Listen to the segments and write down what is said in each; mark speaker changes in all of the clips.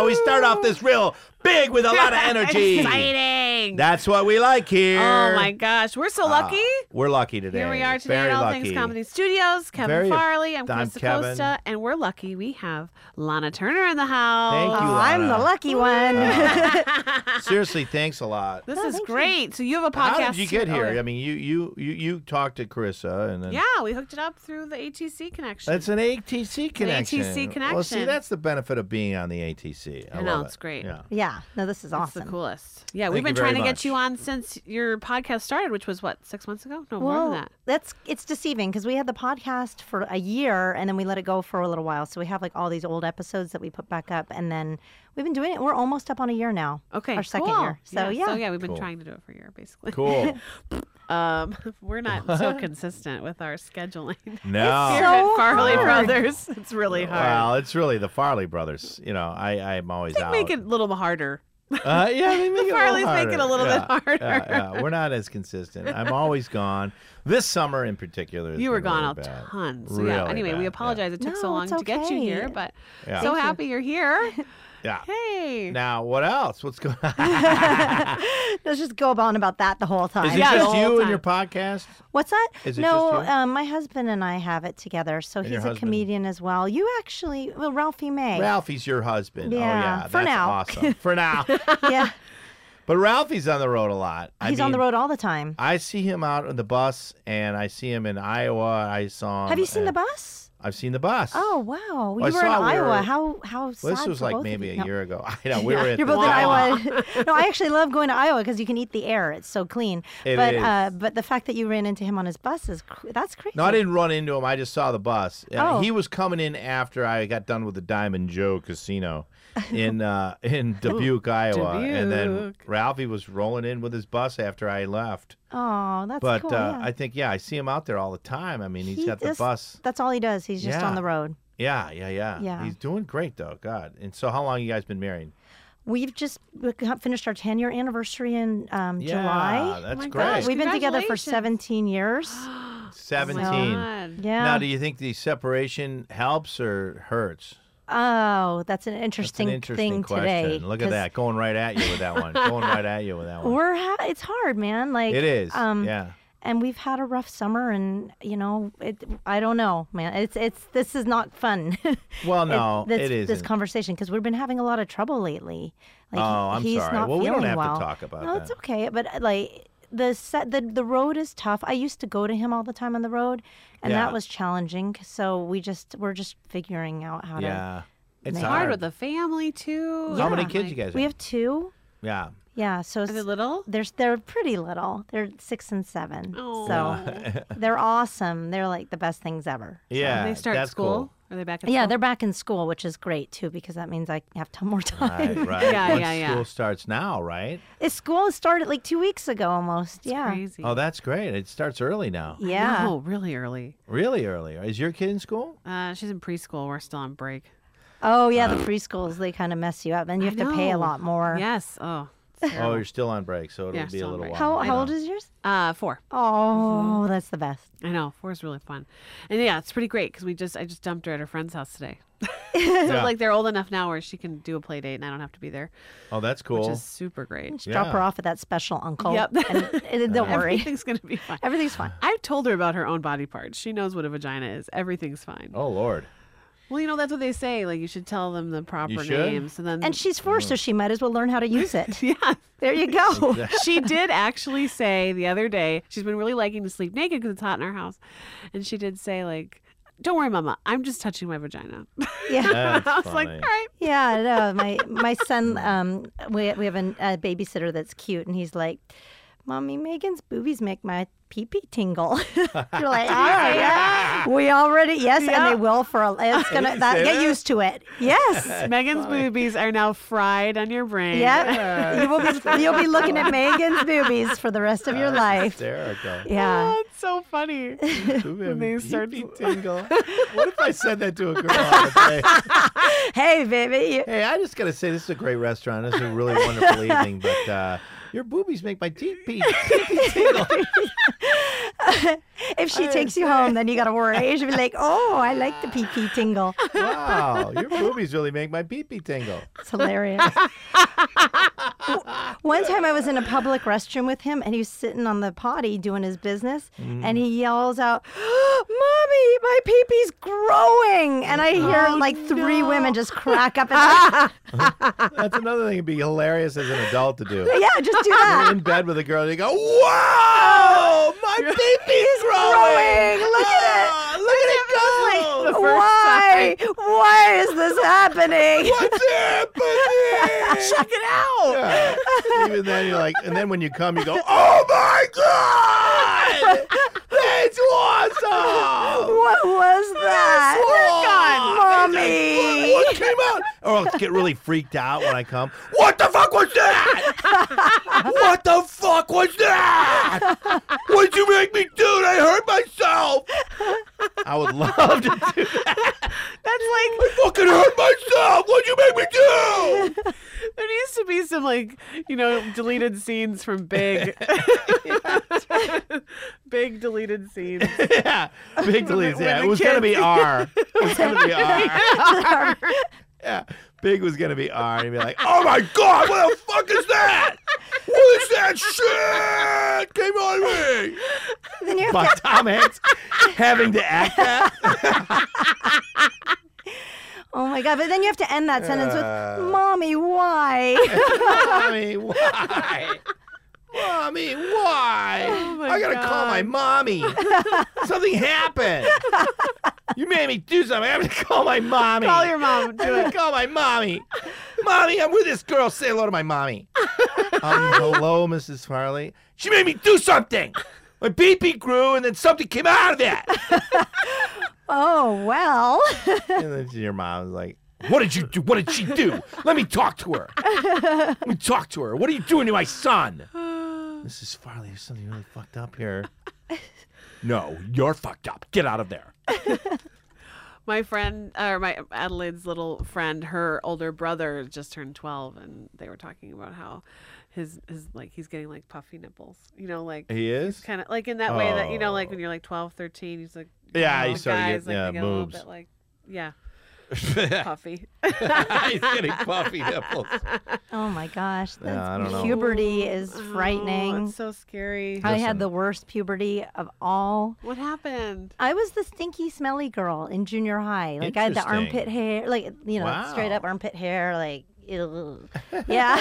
Speaker 1: We start off this real big with a lot of energy.
Speaker 2: Exciting.
Speaker 1: That's what we like here.
Speaker 2: oh my gosh, we're so lucky.
Speaker 1: We're lucky today.
Speaker 2: Here we are today
Speaker 1: Very
Speaker 2: at All
Speaker 1: lucky.
Speaker 2: Things Comedy Studios. Kevin
Speaker 1: Very-
Speaker 2: Farley. I'm,
Speaker 1: I'm
Speaker 2: Krista
Speaker 1: Kevin.
Speaker 2: Costa, and we're lucky we have Lana Turner in the house.
Speaker 1: Thank you.
Speaker 3: Oh, I'm the
Speaker 1: Lana.
Speaker 3: lucky one.
Speaker 1: Seriously, thanks a lot.
Speaker 2: This
Speaker 3: Oh,
Speaker 2: is
Speaker 3: thank you.
Speaker 2: great. So you have a podcast.
Speaker 1: How did you get
Speaker 2: too.
Speaker 1: here?
Speaker 2: Oh,
Speaker 1: I mean, you you you you talked to Carissa, and then
Speaker 2: yeah. we hooked it up through the ATC connection.
Speaker 1: It's an ATC connection. Well, see,
Speaker 2: connection.
Speaker 1: that's the benefit of being on the ATC. I,
Speaker 2: I know,
Speaker 1: love
Speaker 2: it's
Speaker 1: it.
Speaker 2: great.
Speaker 1: Yeah.
Speaker 3: yeah, no, this is
Speaker 2: It's
Speaker 3: awesome.
Speaker 2: the coolest. Yeah,
Speaker 1: Thank
Speaker 2: we've been
Speaker 1: you very
Speaker 2: trying to
Speaker 1: much.
Speaker 2: get you on since your podcast started, which was what six months ago? No more
Speaker 3: Well,
Speaker 2: than that.
Speaker 3: that's it's deceiving because we had the podcast for a year and then we let it go for a little while. So we have like all these old episodes that we put back up, and then we've been doing it. We're almost up on a year now.
Speaker 2: Okay,
Speaker 3: our second
Speaker 2: cool.
Speaker 3: year. So yeah,
Speaker 2: so yeah, we've been
Speaker 1: Cool.
Speaker 2: trying to do it for a year basically.
Speaker 1: Cool.
Speaker 2: Um, we're not so consistent with our scheduling.
Speaker 1: no.
Speaker 2: Here at Farley
Speaker 3: hard.
Speaker 2: Brothers, it's really hard.
Speaker 1: Oh. Well, it's really the Farley brothers. You know, I I'm always out.
Speaker 2: Make it a little harder.
Speaker 1: Uh, yeah, they make
Speaker 2: The
Speaker 1: it
Speaker 2: Farleys
Speaker 1: a little
Speaker 2: make it a little
Speaker 1: harder.
Speaker 2: bit harder.
Speaker 1: Yeah, yeah, We're not as consistent. I'm always gone. This summer in particular. has
Speaker 2: You were
Speaker 1: been
Speaker 2: gone
Speaker 1: really
Speaker 2: a
Speaker 1: bad.
Speaker 2: ton. So yeah.
Speaker 1: Really
Speaker 2: Anyway,
Speaker 1: bad,
Speaker 2: we
Speaker 1: yeah.
Speaker 2: apologize it took so
Speaker 3: No,
Speaker 2: long
Speaker 3: it's
Speaker 2: to get you
Speaker 3: okay.
Speaker 2: here, but
Speaker 1: Yeah.
Speaker 2: so
Speaker 3: Thank you.
Speaker 2: happy you. are here.
Speaker 1: Yeah.
Speaker 2: Hey.
Speaker 1: Now, what else? What's going on?
Speaker 3: let's just go on about that the whole time.
Speaker 1: Is it
Speaker 2: Yeah, the
Speaker 1: just
Speaker 2: whole
Speaker 1: you
Speaker 2: time.
Speaker 1: and your podcast?
Speaker 3: What's that?
Speaker 1: Is it
Speaker 3: no,
Speaker 1: just you?
Speaker 3: um, my husband and I have it together. So
Speaker 1: your
Speaker 3: he's a
Speaker 1: husband?
Speaker 3: comedian as well. You actually, well, Ralphie May.
Speaker 1: Ralphie's your husband. oh,
Speaker 3: Yeah,
Speaker 1: yeah.
Speaker 3: for
Speaker 1: that's
Speaker 3: now.
Speaker 1: awesome. For now.
Speaker 3: yeah,
Speaker 1: but Ralphie's on the road a lot. I
Speaker 3: he's on the
Speaker 1: mean,
Speaker 3: road all the time.
Speaker 1: I see him out on the bus, and I see him in Iowa. I saw him.
Speaker 3: have you seen
Speaker 1: and-
Speaker 3: the bus?
Speaker 1: I've seen the bus.
Speaker 3: Oh wow,
Speaker 1: I
Speaker 3: you were in
Speaker 1: saw we
Speaker 3: Iowa.
Speaker 1: were-
Speaker 3: How how
Speaker 1: Well, this
Speaker 3: sad
Speaker 1: was
Speaker 3: for
Speaker 1: like
Speaker 3: both of
Speaker 1: maybe
Speaker 3: you.
Speaker 1: a
Speaker 3: No.
Speaker 1: year ago. I know we were at
Speaker 3: You're
Speaker 1: the
Speaker 3: both in
Speaker 1: mall.
Speaker 3: Iowa. no, I actually love going to Iowa because you can eat the air; it's so clean.
Speaker 1: It
Speaker 3: but
Speaker 1: is.
Speaker 3: Uh, but the fact that you ran into him on his bus is cr- that's crazy.
Speaker 1: No, I didn't run into him. I just saw the bus. Uh,
Speaker 3: Oh.
Speaker 1: He was coming in after I got done with the Diamond Joe Casino in uh, in Dubuque, Iowa, and then
Speaker 2: Dubuque.
Speaker 1: Ralphie was rolling in with his bus after I left.
Speaker 3: Oh, that's
Speaker 1: But
Speaker 3: cool.
Speaker 1: uh,
Speaker 3: yeah.
Speaker 1: I think yeah, I see him out there all the time. I mean, he's
Speaker 3: He
Speaker 1: got the
Speaker 3: just-
Speaker 1: bus.
Speaker 3: That's all he does. He's just
Speaker 1: Yeah.
Speaker 3: on the road.
Speaker 1: Yeah, yeah, yeah,
Speaker 3: Yeah.
Speaker 1: He's doing great though. God. And so, how long you guys been married?
Speaker 3: We've just we got- finished our 10 year anniversary in um,
Speaker 1: Yeah,
Speaker 3: July.
Speaker 1: that's
Speaker 2: my
Speaker 1: great.
Speaker 2: gosh.
Speaker 3: We've been together for
Speaker 2: Congratulations.
Speaker 3: 17 years.
Speaker 1: Seventeen.
Speaker 2: Oh God.
Speaker 3: Yeah.
Speaker 1: Now, do you think the separation helps or hurts?
Speaker 3: oh, that's an
Speaker 1: That's
Speaker 3: interesting,
Speaker 1: an interesting
Speaker 3: thing
Speaker 1: question.
Speaker 3: today.
Speaker 1: Look at
Speaker 3: 'cause
Speaker 1: that, going right at you with that one. going right at you with that one.
Speaker 3: We're ha- it's hard, man. Like
Speaker 1: It is.
Speaker 3: Um,
Speaker 1: yeah.
Speaker 3: and we've had a rough summer, and you know, it, I don't know, man. It's it's this is not fun.
Speaker 1: Well, no,
Speaker 3: this,
Speaker 1: it isn't.
Speaker 3: this conversation because we've been having a lot of trouble lately. Like,
Speaker 1: Oh, I'm
Speaker 3: he's
Speaker 1: sorry.
Speaker 3: Not
Speaker 1: Well, we don't
Speaker 3: feeling
Speaker 1: have to
Speaker 3: well.
Speaker 1: talk about
Speaker 3: no,
Speaker 1: that.
Speaker 3: it's okay. But uh, like the set, the the road is tough. I used to go to him all the time on the road, and
Speaker 1: Yeah.
Speaker 3: that was challenging. So we just we're just figuring out how to.
Speaker 1: yeah. It's
Speaker 3: It's
Speaker 1: hard.
Speaker 2: Hard with the family too.
Speaker 1: How
Speaker 3: Yeah.
Speaker 1: many kids you guys have?
Speaker 3: We have two.
Speaker 1: yeah.
Speaker 3: Yeah, so
Speaker 2: Are they
Speaker 3: s-
Speaker 2: little?
Speaker 3: they're they're pretty little. They're six and seven.
Speaker 2: Oh.
Speaker 3: So they're awesome. They're like the best things ever.
Speaker 1: Yeah.
Speaker 2: they start
Speaker 1: that's
Speaker 2: school.
Speaker 1: Cool.
Speaker 2: Are they back at
Speaker 3: Yeah,
Speaker 2: school?
Speaker 3: they're back in school, which is great too, because that means I have t- more time.
Speaker 1: Right, right.
Speaker 2: Yeah,
Speaker 1: Once
Speaker 2: yeah, yeah.
Speaker 1: School starts now, right?
Speaker 3: It's school started like two weeks ago almost. yeah.
Speaker 2: crazy.
Speaker 1: Oh, that's great. It starts early now.
Speaker 3: Yeah.
Speaker 2: Oh, really early.
Speaker 1: Really early. Is your kid in school?
Speaker 2: Uh, she's in preschool. We're still on break.
Speaker 3: Oh, yeah. The preschools, they kind of mess you up and you have
Speaker 2: I
Speaker 3: to pay a
Speaker 2: know.
Speaker 3: lot more.
Speaker 2: Yes. Oh. it's
Speaker 1: Oh,
Speaker 2: terrible.
Speaker 1: you're still on break, so it'll
Speaker 2: Yeah,
Speaker 1: be a
Speaker 2: still on
Speaker 1: little
Speaker 2: break.
Speaker 1: while.
Speaker 3: How,
Speaker 1: I
Speaker 3: how
Speaker 1: know.
Speaker 3: old is yours?
Speaker 2: Uh, four.
Speaker 3: Oh, that's the best.
Speaker 2: I know four is really fun, and yeah, it's pretty great because we just I just dumped her at her friend's house today. so
Speaker 1: Yeah.
Speaker 2: like they're old enough now where she can do a play date and I don't have to be there,
Speaker 1: Oh, that's cool.
Speaker 2: which is super great.
Speaker 3: Just drop her
Speaker 1: Yeah.
Speaker 3: off at that special uncle.
Speaker 2: Yep.
Speaker 3: And, and don't worry.
Speaker 2: Everything's gonna be fine.
Speaker 3: Everything's fine.
Speaker 2: I've told her about her own body parts. She knows what a vagina is. Everything's fine.
Speaker 1: Oh Lord.
Speaker 2: Well, you know that's what they say. Like you should tell them the proper
Speaker 1: should.
Speaker 2: names, and then
Speaker 3: And she's four, so she might as well learn how to use it.
Speaker 2: yeah.
Speaker 3: There you go.
Speaker 2: she did actually say the other day she's been really liking to sleep naked because it's hot in our house, and she did say like, "Don't worry, Mama, I'm just touching my vagina."
Speaker 3: Yeah.
Speaker 1: That's
Speaker 2: I was like, "All
Speaker 1: funny.
Speaker 2: right."
Speaker 3: Yeah, no, my my son. Um, we we have an, a babysitter that's cute, and he's like, "Mommy, Megan's boobies make my pee pee tingle." You're like, "Oh yeah, we already yes, and they will for a, it's gonna that,
Speaker 1: say
Speaker 3: get
Speaker 1: that?
Speaker 3: used to it. Yes,
Speaker 2: Megan's boobies are now fried on your brain.
Speaker 3: yeah, you will be you'll be looking at Megan's boobies for the rest of your
Speaker 1: Uh, That's
Speaker 3: life.
Speaker 1: Hysterical.
Speaker 3: Yeah,
Speaker 2: Oh, it's so funny.
Speaker 1: when
Speaker 2: they start to-
Speaker 1: tingle. what if I said that to a girl? on the day?
Speaker 3: hey baby, you-
Speaker 1: Hey, I just gotta say, this is a great restaurant. This is a really wonderful evening, but uh, your boobies make my teeth pee.
Speaker 3: if she
Speaker 1: Uh,
Speaker 3: takes you home, then you got to worry. You should be like, oh, I like the pee pee tingle.
Speaker 1: Wow, your boobies really make my pee pee tingle.
Speaker 3: It's hilarious. One time I was in a public restroom with him and he was sitting on the potty doing his business
Speaker 2: Mm.
Speaker 3: and he yells out, Mommy, my pee pee's growing. And I hear
Speaker 2: Oh,
Speaker 3: like three women just crack up and
Speaker 1: That's another thing. It'd be hilarious as an adult to do.
Speaker 3: yeah, just do
Speaker 1: You're
Speaker 3: that.
Speaker 1: in bed with a girl, and you go, "Wow, my pee pee's growing!
Speaker 3: growing. Look at it.
Speaker 1: Ah, Look at it go!
Speaker 2: the first
Speaker 3: Why? Why is this happening?
Speaker 1: What's happening?
Speaker 2: Check it out.
Speaker 1: Yeah. Even then, you're like, and then when you come, you go, "Oh my god, that's awesome!"
Speaker 3: What was that?
Speaker 1: What-
Speaker 3: Mommy.
Speaker 1: What came out? Or I'll get really freaked out when I come. What the fuck was that? what the fuck was that? What'd you make me do? I hurt myself. I would love to do that.
Speaker 2: That's like
Speaker 1: I fucking hurt myself. What'd you make me do?
Speaker 2: There needs to be some like you know deleted scenes from Big, big deleted scenes.
Speaker 1: yeah. Big deletes.
Speaker 2: when
Speaker 1: Yeah. It
Speaker 2: the
Speaker 1: was going to
Speaker 2: kids-
Speaker 1: be R. It was going to be R. yeah. Big was going to be R. And he'd be like, oh my God, what the fuck is that? What is that shit? Came on me.
Speaker 3: Then you have
Speaker 1: By Tom Hanks having to act that.
Speaker 3: Oh my god! But then you have to end that sentence
Speaker 1: Uh.
Speaker 3: with "Mommy, why?"
Speaker 1: mommy, why? Mommy, why?
Speaker 2: Oh my
Speaker 1: I gotta call my
Speaker 2: God.
Speaker 1: mommy. something happened. You made me do something. I have to call my mommy.
Speaker 2: Call your mom. Do
Speaker 1: I
Speaker 2: it.
Speaker 1: call "Oh, my mommy. Mommy, I'm with this girl. Say hello to my mommy. um, hello, Mrs. Farley. She made me do something. My BP grew, and then something came out of that.
Speaker 3: oh well.
Speaker 1: And then your mom's like, "What did you do? What did she do? Let me talk to her. Let me talk to her. What are you doing to my son?" Mrs. Farley, there's something really fucked up here. No, you're fucked up. Get out of there.
Speaker 2: My friend or my Adelaide's little friend, her older brother just turned twelve, and they were talking about how his his like he's getting like puffy nipples. You know, like
Speaker 1: He is.
Speaker 2: kind of like in that way that you know, like when
Speaker 1: Oh.
Speaker 2: you're like 12, 13, he's like
Speaker 1: Yeah,
Speaker 2: you know,
Speaker 1: you started
Speaker 2: guys,
Speaker 1: getting-
Speaker 2: like, they
Speaker 1: yeah,
Speaker 2: get a little
Speaker 1: boobs.
Speaker 2: bit like yeah, puffy.
Speaker 1: He's getting puffy nipples.
Speaker 3: Oh my gosh! That's,
Speaker 1: Yeah, I don't know.
Speaker 3: Puberty is
Speaker 2: Oh,
Speaker 3: frightening.
Speaker 2: it's so scary.
Speaker 3: I
Speaker 1: Listen.
Speaker 3: had the worst puberty of all.
Speaker 2: what happened?
Speaker 3: I was the stinky, smelly girl in junior high. Like I had the
Speaker 1: Interesting.
Speaker 3: armpit hair, like you know, straight up
Speaker 1: Wow.
Speaker 3: armpit hair, like. Ew. Yeah.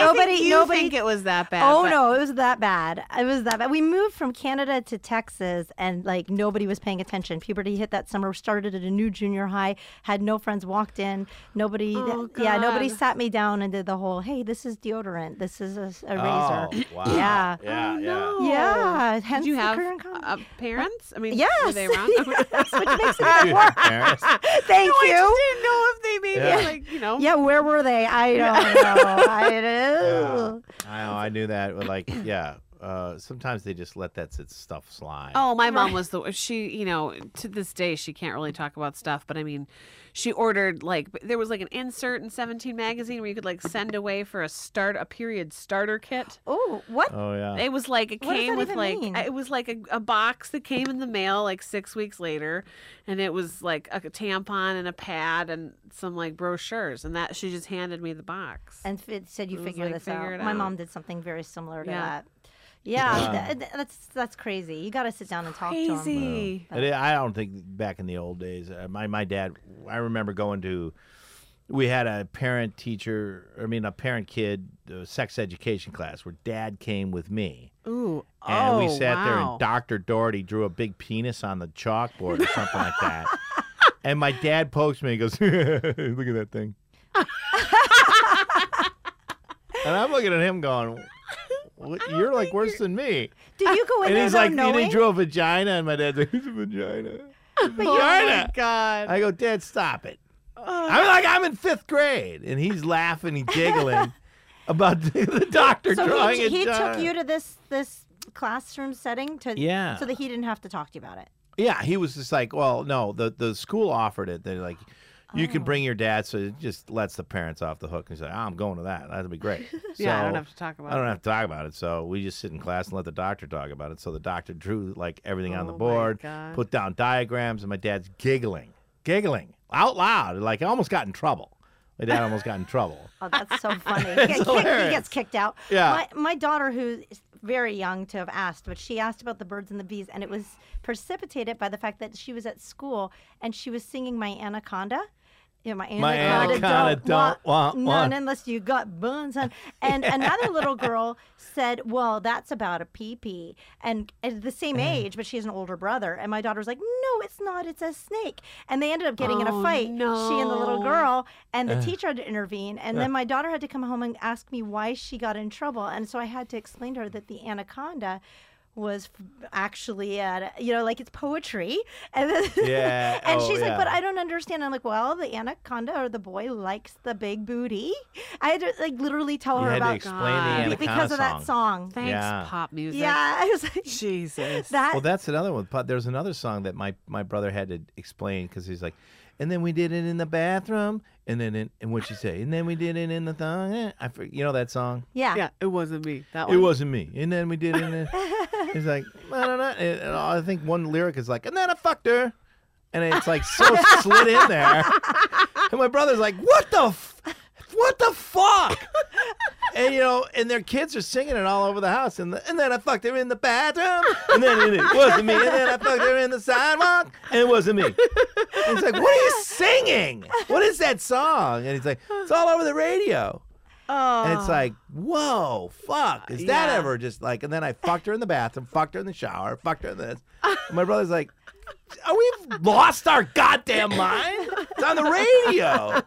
Speaker 3: nobody,
Speaker 2: you
Speaker 3: nobody
Speaker 2: think it was that bad.
Speaker 3: Oh
Speaker 2: but-
Speaker 3: no, it was that bad. It was that bad. We moved from Canada to Texas and like nobody was paying attention. Puberty hit that summer, started at a new junior high, had no friends walked in. Nobody
Speaker 2: Oh,
Speaker 3: yeah, nobody
Speaker 2: God.
Speaker 3: sat me down and did the whole, "Hey, this is deodorant. This is a, a
Speaker 1: Oh,
Speaker 3: razor."
Speaker 1: wow.
Speaker 3: Yeah.
Speaker 1: Yeah,
Speaker 2: Oh,
Speaker 1: yeah.
Speaker 2: no.
Speaker 3: Yeah, hence
Speaker 2: Did you
Speaker 3: the
Speaker 2: have
Speaker 3: current comedy.
Speaker 2: uh, parents? I mean, were
Speaker 3: yes.
Speaker 2: they around?
Speaker 3: yes, which makes
Speaker 1: Dude,
Speaker 3: it even worse.
Speaker 1: Paris.
Speaker 3: Thank
Speaker 2: I
Speaker 3: you.
Speaker 2: just didn't know if they maybe
Speaker 1: Yeah.
Speaker 2: like you know.
Speaker 3: Yeah, where were they? I don't know. I do.
Speaker 1: I know, I knew that. But like, yeah. Uh, sometimes they just let that sit stuff slide.
Speaker 2: Oh, my mom was the she. You know, to this day she can't really talk about stuff. But I mean, she ordered like there was like an insert in Seventeen magazine where you could like send away for a start a period starter kit.
Speaker 3: Oh, what?
Speaker 1: Oh, yeah.
Speaker 2: It was like it
Speaker 3: What does
Speaker 2: came
Speaker 3: that
Speaker 2: with
Speaker 3: even
Speaker 2: like
Speaker 3: mean?
Speaker 2: it was like a, a box that came in the mail like six weeks later, and it was like a tampon and a pad and some like brochures, and that she just handed me the box.
Speaker 3: and f- said
Speaker 2: It
Speaker 3: you
Speaker 2: was
Speaker 3: figure
Speaker 2: like,
Speaker 3: this
Speaker 2: figure
Speaker 3: out.
Speaker 2: it
Speaker 3: My
Speaker 2: out.
Speaker 3: mom did something very similar to
Speaker 2: Yeah.
Speaker 3: that. Yeah,
Speaker 1: Yeah.
Speaker 3: th- th- that's that's crazy. You got to sit down and talk to him.
Speaker 2: Crazy.
Speaker 1: It i- I don't think back in the old days. Uh, my my dad. I remember going to. We had a parent teacher. I mean, a parent kid uh, sex education class where dad came with me,
Speaker 2: Ooh.
Speaker 1: and
Speaker 2: oh,
Speaker 1: we sat there
Speaker 2: wow.
Speaker 1: and Doctor Doherty drew a big penis on the chalkboard or something like that. And my dad pokes me and goes, "Look at that thing." and I'm looking at him going, "What- "You're like worse than me."
Speaker 3: Did you go in
Speaker 1: And
Speaker 3: there
Speaker 1: he's
Speaker 3: though,
Speaker 1: like, and
Speaker 3: knowing?
Speaker 1: he drew a vagina, and my dad's like, "It's a vagina."
Speaker 3: but
Speaker 2: Oh my
Speaker 1: Florida.
Speaker 2: god.
Speaker 1: I go, Dad, stop it.
Speaker 2: Oh,
Speaker 1: I'm like, I'm in fifth grade, and he's laughing and giggling about the, the doctor
Speaker 3: you, so
Speaker 1: drawing
Speaker 3: he,
Speaker 1: it.
Speaker 3: he took you to this this classroom setting to
Speaker 1: Yeah.
Speaker 3: so that he didn't have to talk to you about it.
Speaker 1: Yeah, he was just like, well, no, the the school offered it. They're like, You
Speaker 2: Oh.
Speaker 1: can bring your dad, so it just lets the parents off the hook and say, "Ah, "I'm going to that. That'll be great."
Speaker 2: yeah, I don't
Speaker 1: So-
Speaker 2: have to talk about
Speaker 1: I don't
Speaker 2: it.
Speaker 1: have to talk about it. So we just sit in class and let the doctor talk about it. So the doctor drew like everything on the
Speaker 2: Oh my
Speaker 1: board,
Speaker 2: God.
Speaker 1: put down diagrams, and my dad's giggling, giggling out loud. Like I almost got in trouble. My dad almost got in trouble.
Speaker 3: Oh, that's so funny. He, gets kicked, he
Speaker 1: hilarious.
Speaker 3: gets kicked out.
Speaker 1: Yeah.
Speaker 3: My, my daughter, who's very young to have asked, but she asked about the birds and the bees, and it was precipitated by the fact that she was at school and she was singing My Anaconda. Yeah, my
Speaker 1: My
Speaker 3: anaconda,
Speaker 1: anaconda don't want one.
Speaker 3: none unless you got buns on. And another little girl said, "Well, that's about a pee-pee," and at the same
Speaker 1: Mm-hmm.
Speaker 3: age, but she has an older brother. And my daughter was like, "No, it's not. It's a snake." And they ended up getting in a
Speaker 2: Oh,
Speaker 3: fight. She and the little
Speaker 2: no.
Speaker 3: girl girl, and
Speaker 1: Uh-huh.
Speaker 3: the teacher had to intervene and then my daughter had to come home and ask me why she got in trouble and so i had to explain to her that the anaconda was f- actually at a- you know like it's poetry and then
Speaker 1: Yeah,
Speaker 3: and
Speaker 1: oh,
Speaker 3: she's like
Speaker 1: yeah.
Speaker 3: but i don't understand i'm like well the anaconda or the boy likes the big booty i had to like literally tell
Speaker 1: You
Speaker 3: her
Speaker 1: had to
Speaker 3: about
Speaker 1: explain
Speaker 2: God.
Speaker 1: the
Speaker 3: be-
Speaker 1: anaconda
Speaker 3: because of that song
Speaker 2: Thanks,
Speaker 1: Yeah.
Speaker 2: pop music.
Speaker 3: yeah i was like
Speaker 2: Jesus.
Speaker 3: that
Speaker 1: Well, that's another one. But there's another song that my my brother had to explain because he's like, and then we did it in the bathroom, and then in, and what you say, and then we did it in the thong. eh." I for, you know that song.
Speaker 3: yeah
Speaker 2: yeah, it wasn't me. That
Speaker 1: It
Speaker 2: one.
Speaker 1: wasn't me. And then we did it. And it's like, I don't know. And and I think one lyric is like, and then I fucked her. And it's like so slid in there. And my brother's like, what the, f- what the fuck? And you know, and their kids are singing it all over the house. And, the, and then I fucked her in the bathroom. And then it, it wasn't me. And then I fucked her in the sidewalk. And it wasn't me. And it's like, what are you singing? What is that song? And he's like, it's all over the radio.
Speaker 2: Oh.
Speaker 1: And it's like, whoa, fuck. Is that
Speaker 2: Yeah.
Speaker 1: ever just like, and then I fucked her in the bathroom, fucked her in the shower, fucked her in this. And my brother's like, are we lost our goddamn mind? It's on the radio.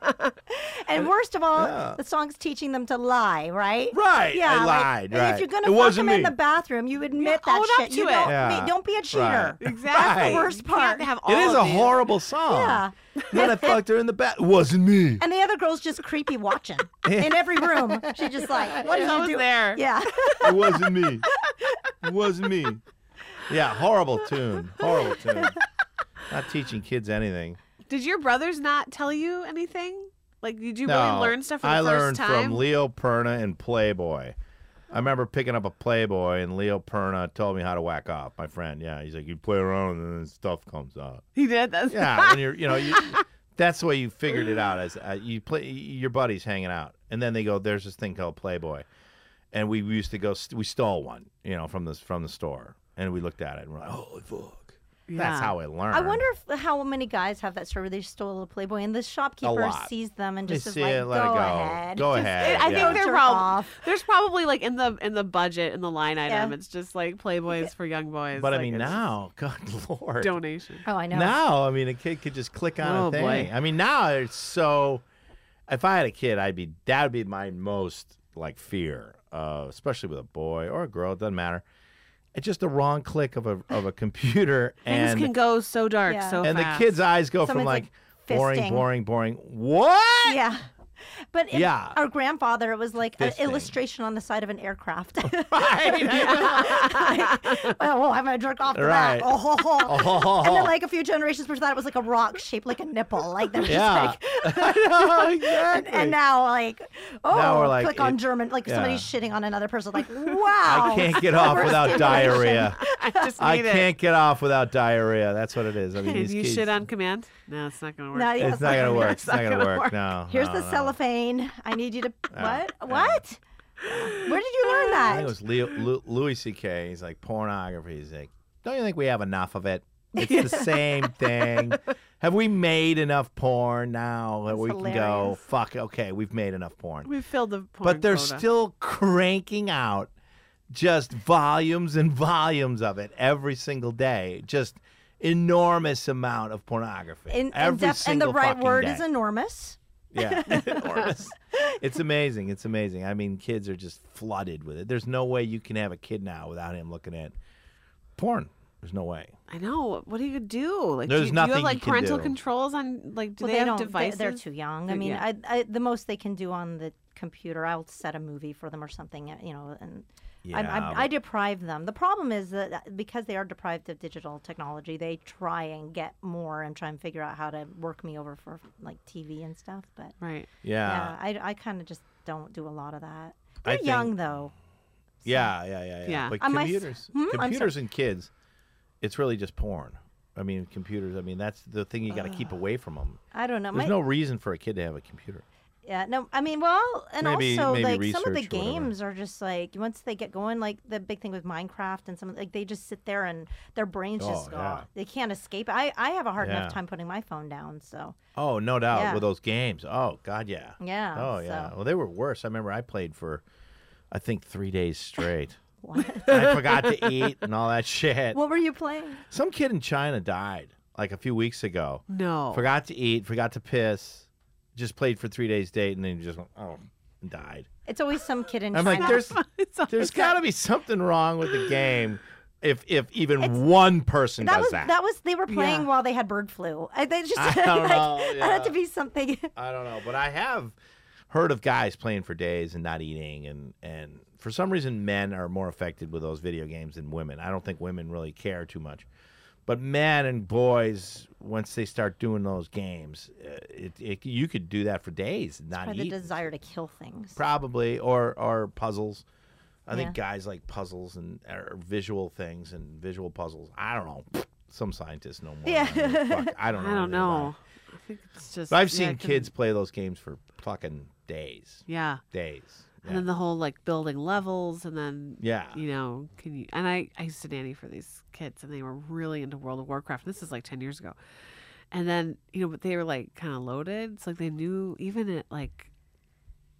Speaker 3: and worst of all
Speaker 1: Yeah.
Speaker 3: the song's teaching them to lie right
Speaker 1: Right.
Speaker 3: Yeah,
Speaker 1: I
Speaker 3: like,
Speaker 1: lied.
Speaker 3: and
Speaker 1: right.
Speaker 3: If you're gonna
Speaker 1: it
Speaker 3: fuck
Speaker 1: wasn't
Speaker 3: him
Speaker 1: me.
Speaker 3: in the bathroom, you admit
Speaker 2: Yeah,
Speaker 3: that
Speaker 2: own up
Speaker 3: shit. you
Speaker 2: to it.
Speaker 3: don't,
Speaker 1: Yeah.
Speaker 3: be- don't be a cheater.
Speaker 1: Right.
Speaker 2: exactly.
Speaker 1: Right.
Speaker 3: worst
Speaker 2: You can't
Speaker 3: part.
Speaker 2: Have all
Speaker 1: it is
Speaker 2: of
Speaker 1: a
Speaker 2: these.
Speaker 1: horrible song.
Speaker 3: Yeah.
Speaker 1: And then I fucked her in the bath. It wasn't me.
Speaker 3: And the other girl's just creepy watching in every room. She's just like, what
Speaker 2: What
Speaker 3: are
Speaker 2: is
Speaker 3: you doing?
Speaker 2: there?
Speaker 3: Yeah.
Speaker 1: It wasn't me. It wasn't me. Yeah, horrible tune. Horrible tune. Not teaching kids anything.
Speaker 2: Did your brothers not tell you anything? Like, did you
Speaker 1: No,
Speaker 2: really learn stuff for the
Speaker 1: I
Speaker 2: first
Speaker 1: learned
Speaker 2: time?
Speaker 1: from Leo Perna and Playboy. I remember picking up a Playboy, and Leo Perna told me how to whack off. My friend, yeah, he's like, you play around, and then stuff comes out.
Speaker 2: he did. That's
Speaker 1: Yeah, when you're, you know, you, that's the way you figured it out. As uh, you play, your buddies hanging out, and then they go, "There's this thing called Playboy," and we used to go, st- we stole one, you know, from this from the store, and we looked at it, and we're like, "Holy fuck!"
Speaker 2: Yeah.
Speaker 1: That's how I learned.
Speaker 3: I wonder if, how many guys have that story where they stole a Playboy and the shopkeeper
Speaker 1: lot.
Speaker 3: sees them and
Speaker 1: They
Speaker 3: just is
Speaker 1: see
Speaker 3: like,
Speaker 1: it, let
Speaker 3: go,
Speaker 1: it go.
Speaker 3: ahead.
Speaker 1: Go
Speaker 3: Just-
Speaker 1: ahead,
Speaker 2: I
Speaker 1: yeah.
Speaker 2: think they're
Speaker 3: Jerk
Speaker 2: probably
Speaker 3: off.
Speaker 2: there's probably like in the in the budget in the line item.
Speaker 3: Yeah.
Speaker 2: It's just like Playboys for young boys.
Speaker 1: but
Speaker 2: like,
Speaker 1: I mean,
Speaker 2: it's just
Speaker 1: now, God Lord,
Speaker 2: donation.
Speaker 3: Oh, I know.
Speaker 1: Now, I mean, a kid could just click on a
Speaker 2: Oh,
Speaker 1: thing.
Speaker 2: boy.
Speaker 1: I mean, now it's so. If I had a kid, I'd be that would be my most like fear, uh, especially with a boy or a girl. It doesn't matter. It's just the wrong click of a of a computer,
Speaker 2: Things
Speaker 1: and
Speaker 2: can go so dark
Speaker 3: Yeah.
Speaker 2: so
Speaker 1: and the
Speaker 2: fast.
Speaker 1: kid's eyes go from
Speaker 3: Someone's,
Speaker 1: like,
Speaker 3: like,
Speaker 1: boring,
Speaker 3: fisting.
Speaker 1: boring, boring. What?
Speaker 3: Yeah. But in-
Speaker 1: Yeah.
Speaker 3: our grandfather, it was like an
Speaker 1: Fisting.
Speaker 3: illustration on the side of an aircraft.
Speaker 1: Right.
Speaker 3: oh, well, I'm going to jerk off to
Speaker 1: Right.
Speaker 3: that. Oh, ho, ho.
Speaker 1: Oh.
Speaker 3: And then, like a few generations before that, it was like a rock shaped like a nipple. Like they're
Speaker 1: Yeah.
Speaker 3: just like,
Speaker 1: I know, exactly.
Speaker 3: and now like, oh,
Speaker 1: Now we're like,
Speaker 3: click on
Speaker 1: it-
Speaker 3: German. Like
Speaker 1: yeah.
Speaker 3: somebody's shitting on another person. Like,
Speaker 1: I
Speaker 3: wow.
Speaker 1: can't get off
Speaker 3: Reverse
Speaker 1: without
Speaker 3: stimulation.
Speaker 1: diarrhea.
Speaker 2: I just
Speaker 1: I
Speaker 2: need it.
Speaker 1: can't get off without diarrhea. That's what it is. I mean,
Speaker 2: Can
Speaker 1: these
Speaker 2: you
Speaker 1: kids,
Speaker 2: shit on command? No, it's not gonna work.
Speaker 3: No, yeah,
Speaker 1: It's not gonna work. It's not gonna work. No.
Speaker 3: Here's
Speaker 1: no,
Speaker 3: the
Speaker 1: no.
Speaker 3: cellophane. I need you to
Speaker 1: Yeah.
Speaker 3: what? What? Where did you learn
Speaker 1: I think it
Speaker 3: that?
Speaker 1: was Leo, Lu, Louis C.K. He's like pornography. He's like, don't you think we have enough of it? It's the same thing. Have we made enough porn now that
Speaker 3: That's
Speaker 1: we can go?
Speaker 3: hilarious.
Speaker 1: Fuck. Okay, we've made enough porn.
Speaker 2: We filled the. porn
Speaker 1: but they're
Speaker 2: quota.
Speaker 1: still cranking out just volumes and volumes of it every single day. Just enormous amount of pornography.
Speaker 3: In- in
Speaker 1: every
Speaker 3: depth- and
Speaker 1: single
Speaker 3: the right
Speaker 1: fucking
Speaker 3: word
Speaker 1: day.
Speaker 3: is enormous.
Speaker 1: Yeah, enormous. It's amazing. It's amazing. I mean, kids are just flooded with it. There's no way you can have a kid now without him looking at porn. There's no way.
Speaker 2: I know. What do you do? Like,
Speaker 1: There's
Speaker 2: do, you- do
Speaker 1: nothing
Speaker 2: you
Speaker 1: you
Speaker 2: have like
Speaker 1: can
Speaker 2: parental
Speaker 1: do.
Speaker 2: controls on? Like, do
Speaker 3: Well,
Speaker 2: they, have
Speaker 3: don't. they-
Speaker 2: devices?
Speaker 3: They're too young. I
Speaker 2: They're-
Speaker 3: mean,
Speaker 2: yeah.
Speaker 3: I, I, the most they can do on the computer, I'll set a movie for them or something. You know, and I'm, I'm,
Speaker 1: Yeah,
Speaker 3: I
Speaker 1: but-
Speaker 3: deprive them. The problem is that uh, because they are deprived of digital technology, they try and get more and try and figure out how to work me over for like TV and stuff. But
Speaker 2: Right.
Speaker 3: yeah,
Speaker 1: Yeah.
Speaker 3: I, I kind of just don't do a lot of
Speaker 1: I
Speaker 3: that. They're
Speaker 1: think-
Speaker 3: young though.
Speaker 1: Yeah, yeah, yeah, yeah.
Speaker 2: Yeah.
Speaker 1: But
Speaker 3: Um, my s-
Speaker 1: computers,
Speaker 3: Hmm? I'm sorry.
Speaker 1: computers and kids, it's really just porn. I mean, computers. I mean, that's the thing you got to keep away from them.
Speaker 3: I don't know.
Speaker 1: There's
Speaker 3: My-
Speaker 1: no reason for a kid to have a computer.
Speaker 3: Yeah, no, I mean, well, and
Speaker 1: Maybe-
Speaker 3: also
Speaker 1: maybe
Speaker 3: like some of the
Speaker 1: research or whatever.
Speaker 3: games are just like once they get going, like the big thing with Minecraft and some like they just sit there and their brains just
Speaker 1: Oh,
Speaker 3: go.
Speaker 1: yeah.
Speaker 3: They can't escape. I I have a hard
Speaker 1: Yeah.
Speaker 3: enough time putting my phone down. So
Speaker 1: Oh, no doubt
Speaker 3: Yeah.
Speaker 1: with those games. Oh God, yeah.
Speaker 3: Yeah,
Speaker 1: Oh yeah.
Speaker 3: so-
Speaker 1: Well, they were worse. I remember I played for, I think three days straight.
Speaker 3: what?
Speaker 1: I forgot to eat and all that shit.
Speaker 3: what were you playing?
Speaker 1: Some kid in China died like a few weeks ago.
Speaker 2: No.
Speaker 1: Forgot to eat, forgot to piss, just played for three days date, and then just went, oh, and died.
Speaker 3: It's always some kid in
Speaker 1: I'm
Speaker 3: China.
Speaker 1: like, there's
Speaker 2: It's all-
Speaker 1: there's got to be something wrong with the game if if even one person
Speaker 3: that
Speaker 1: does
Speaker 3: was
Speaker 1: that.
Speaker 3: was they were playing
Speaker 2: Yeah.
Speaker 3: while they had bird flu. I, they just
Speaker 1: I don't
Speaker 3: like,
Speaker 1: know,
Speaker 3: that had
Speaker 1: yeah.
Speaker 3: to be something.
Speaker 1: I don't know, but I have heard of guys playing for days and not eating, and and for some reason, men are more affected with those video games than women. I don't think women really care too much, but men and boys, once they start doing those games, uh, it, it you could do that for days and
Speaker 3: Or
Speaker 1: not
Speaker 3: the
Speaker 1: eat,
Speaker 3: desire to kill things.
Speaker 1: probably, or or puzzles. I think
Speaker 3: Yeah.
Speaker 1: guys like puzzles and or visual things and visual puzzles. I don't know. Some scientists know more.
Speaker 3: Yeah.
Speaker 1: than I do. Fuck, I don't know.
Speaker 2: I
Speaker 1: anything
Speaker 2: don't
Speaker 1: about it.
Speaker 2: know. I think it's just.
Speaker 1: But I've
Speaker 2: yeah,
Speaker 1: seen
Speaker 2: it can-
Speaker 1: kids play those games for fucking days,
Speaker 2: Yeah.
Speaker 1: days.
Speaker 2: And then the whole like building levels, and then
Speaker 1: Yeah.
Speaker 2: you know, can you? And I I used to nanny for these kids, and they were really into World of Warcraft. This is like ten years ago, and then you know, but they were like kind of loaded. It's like they knew even at like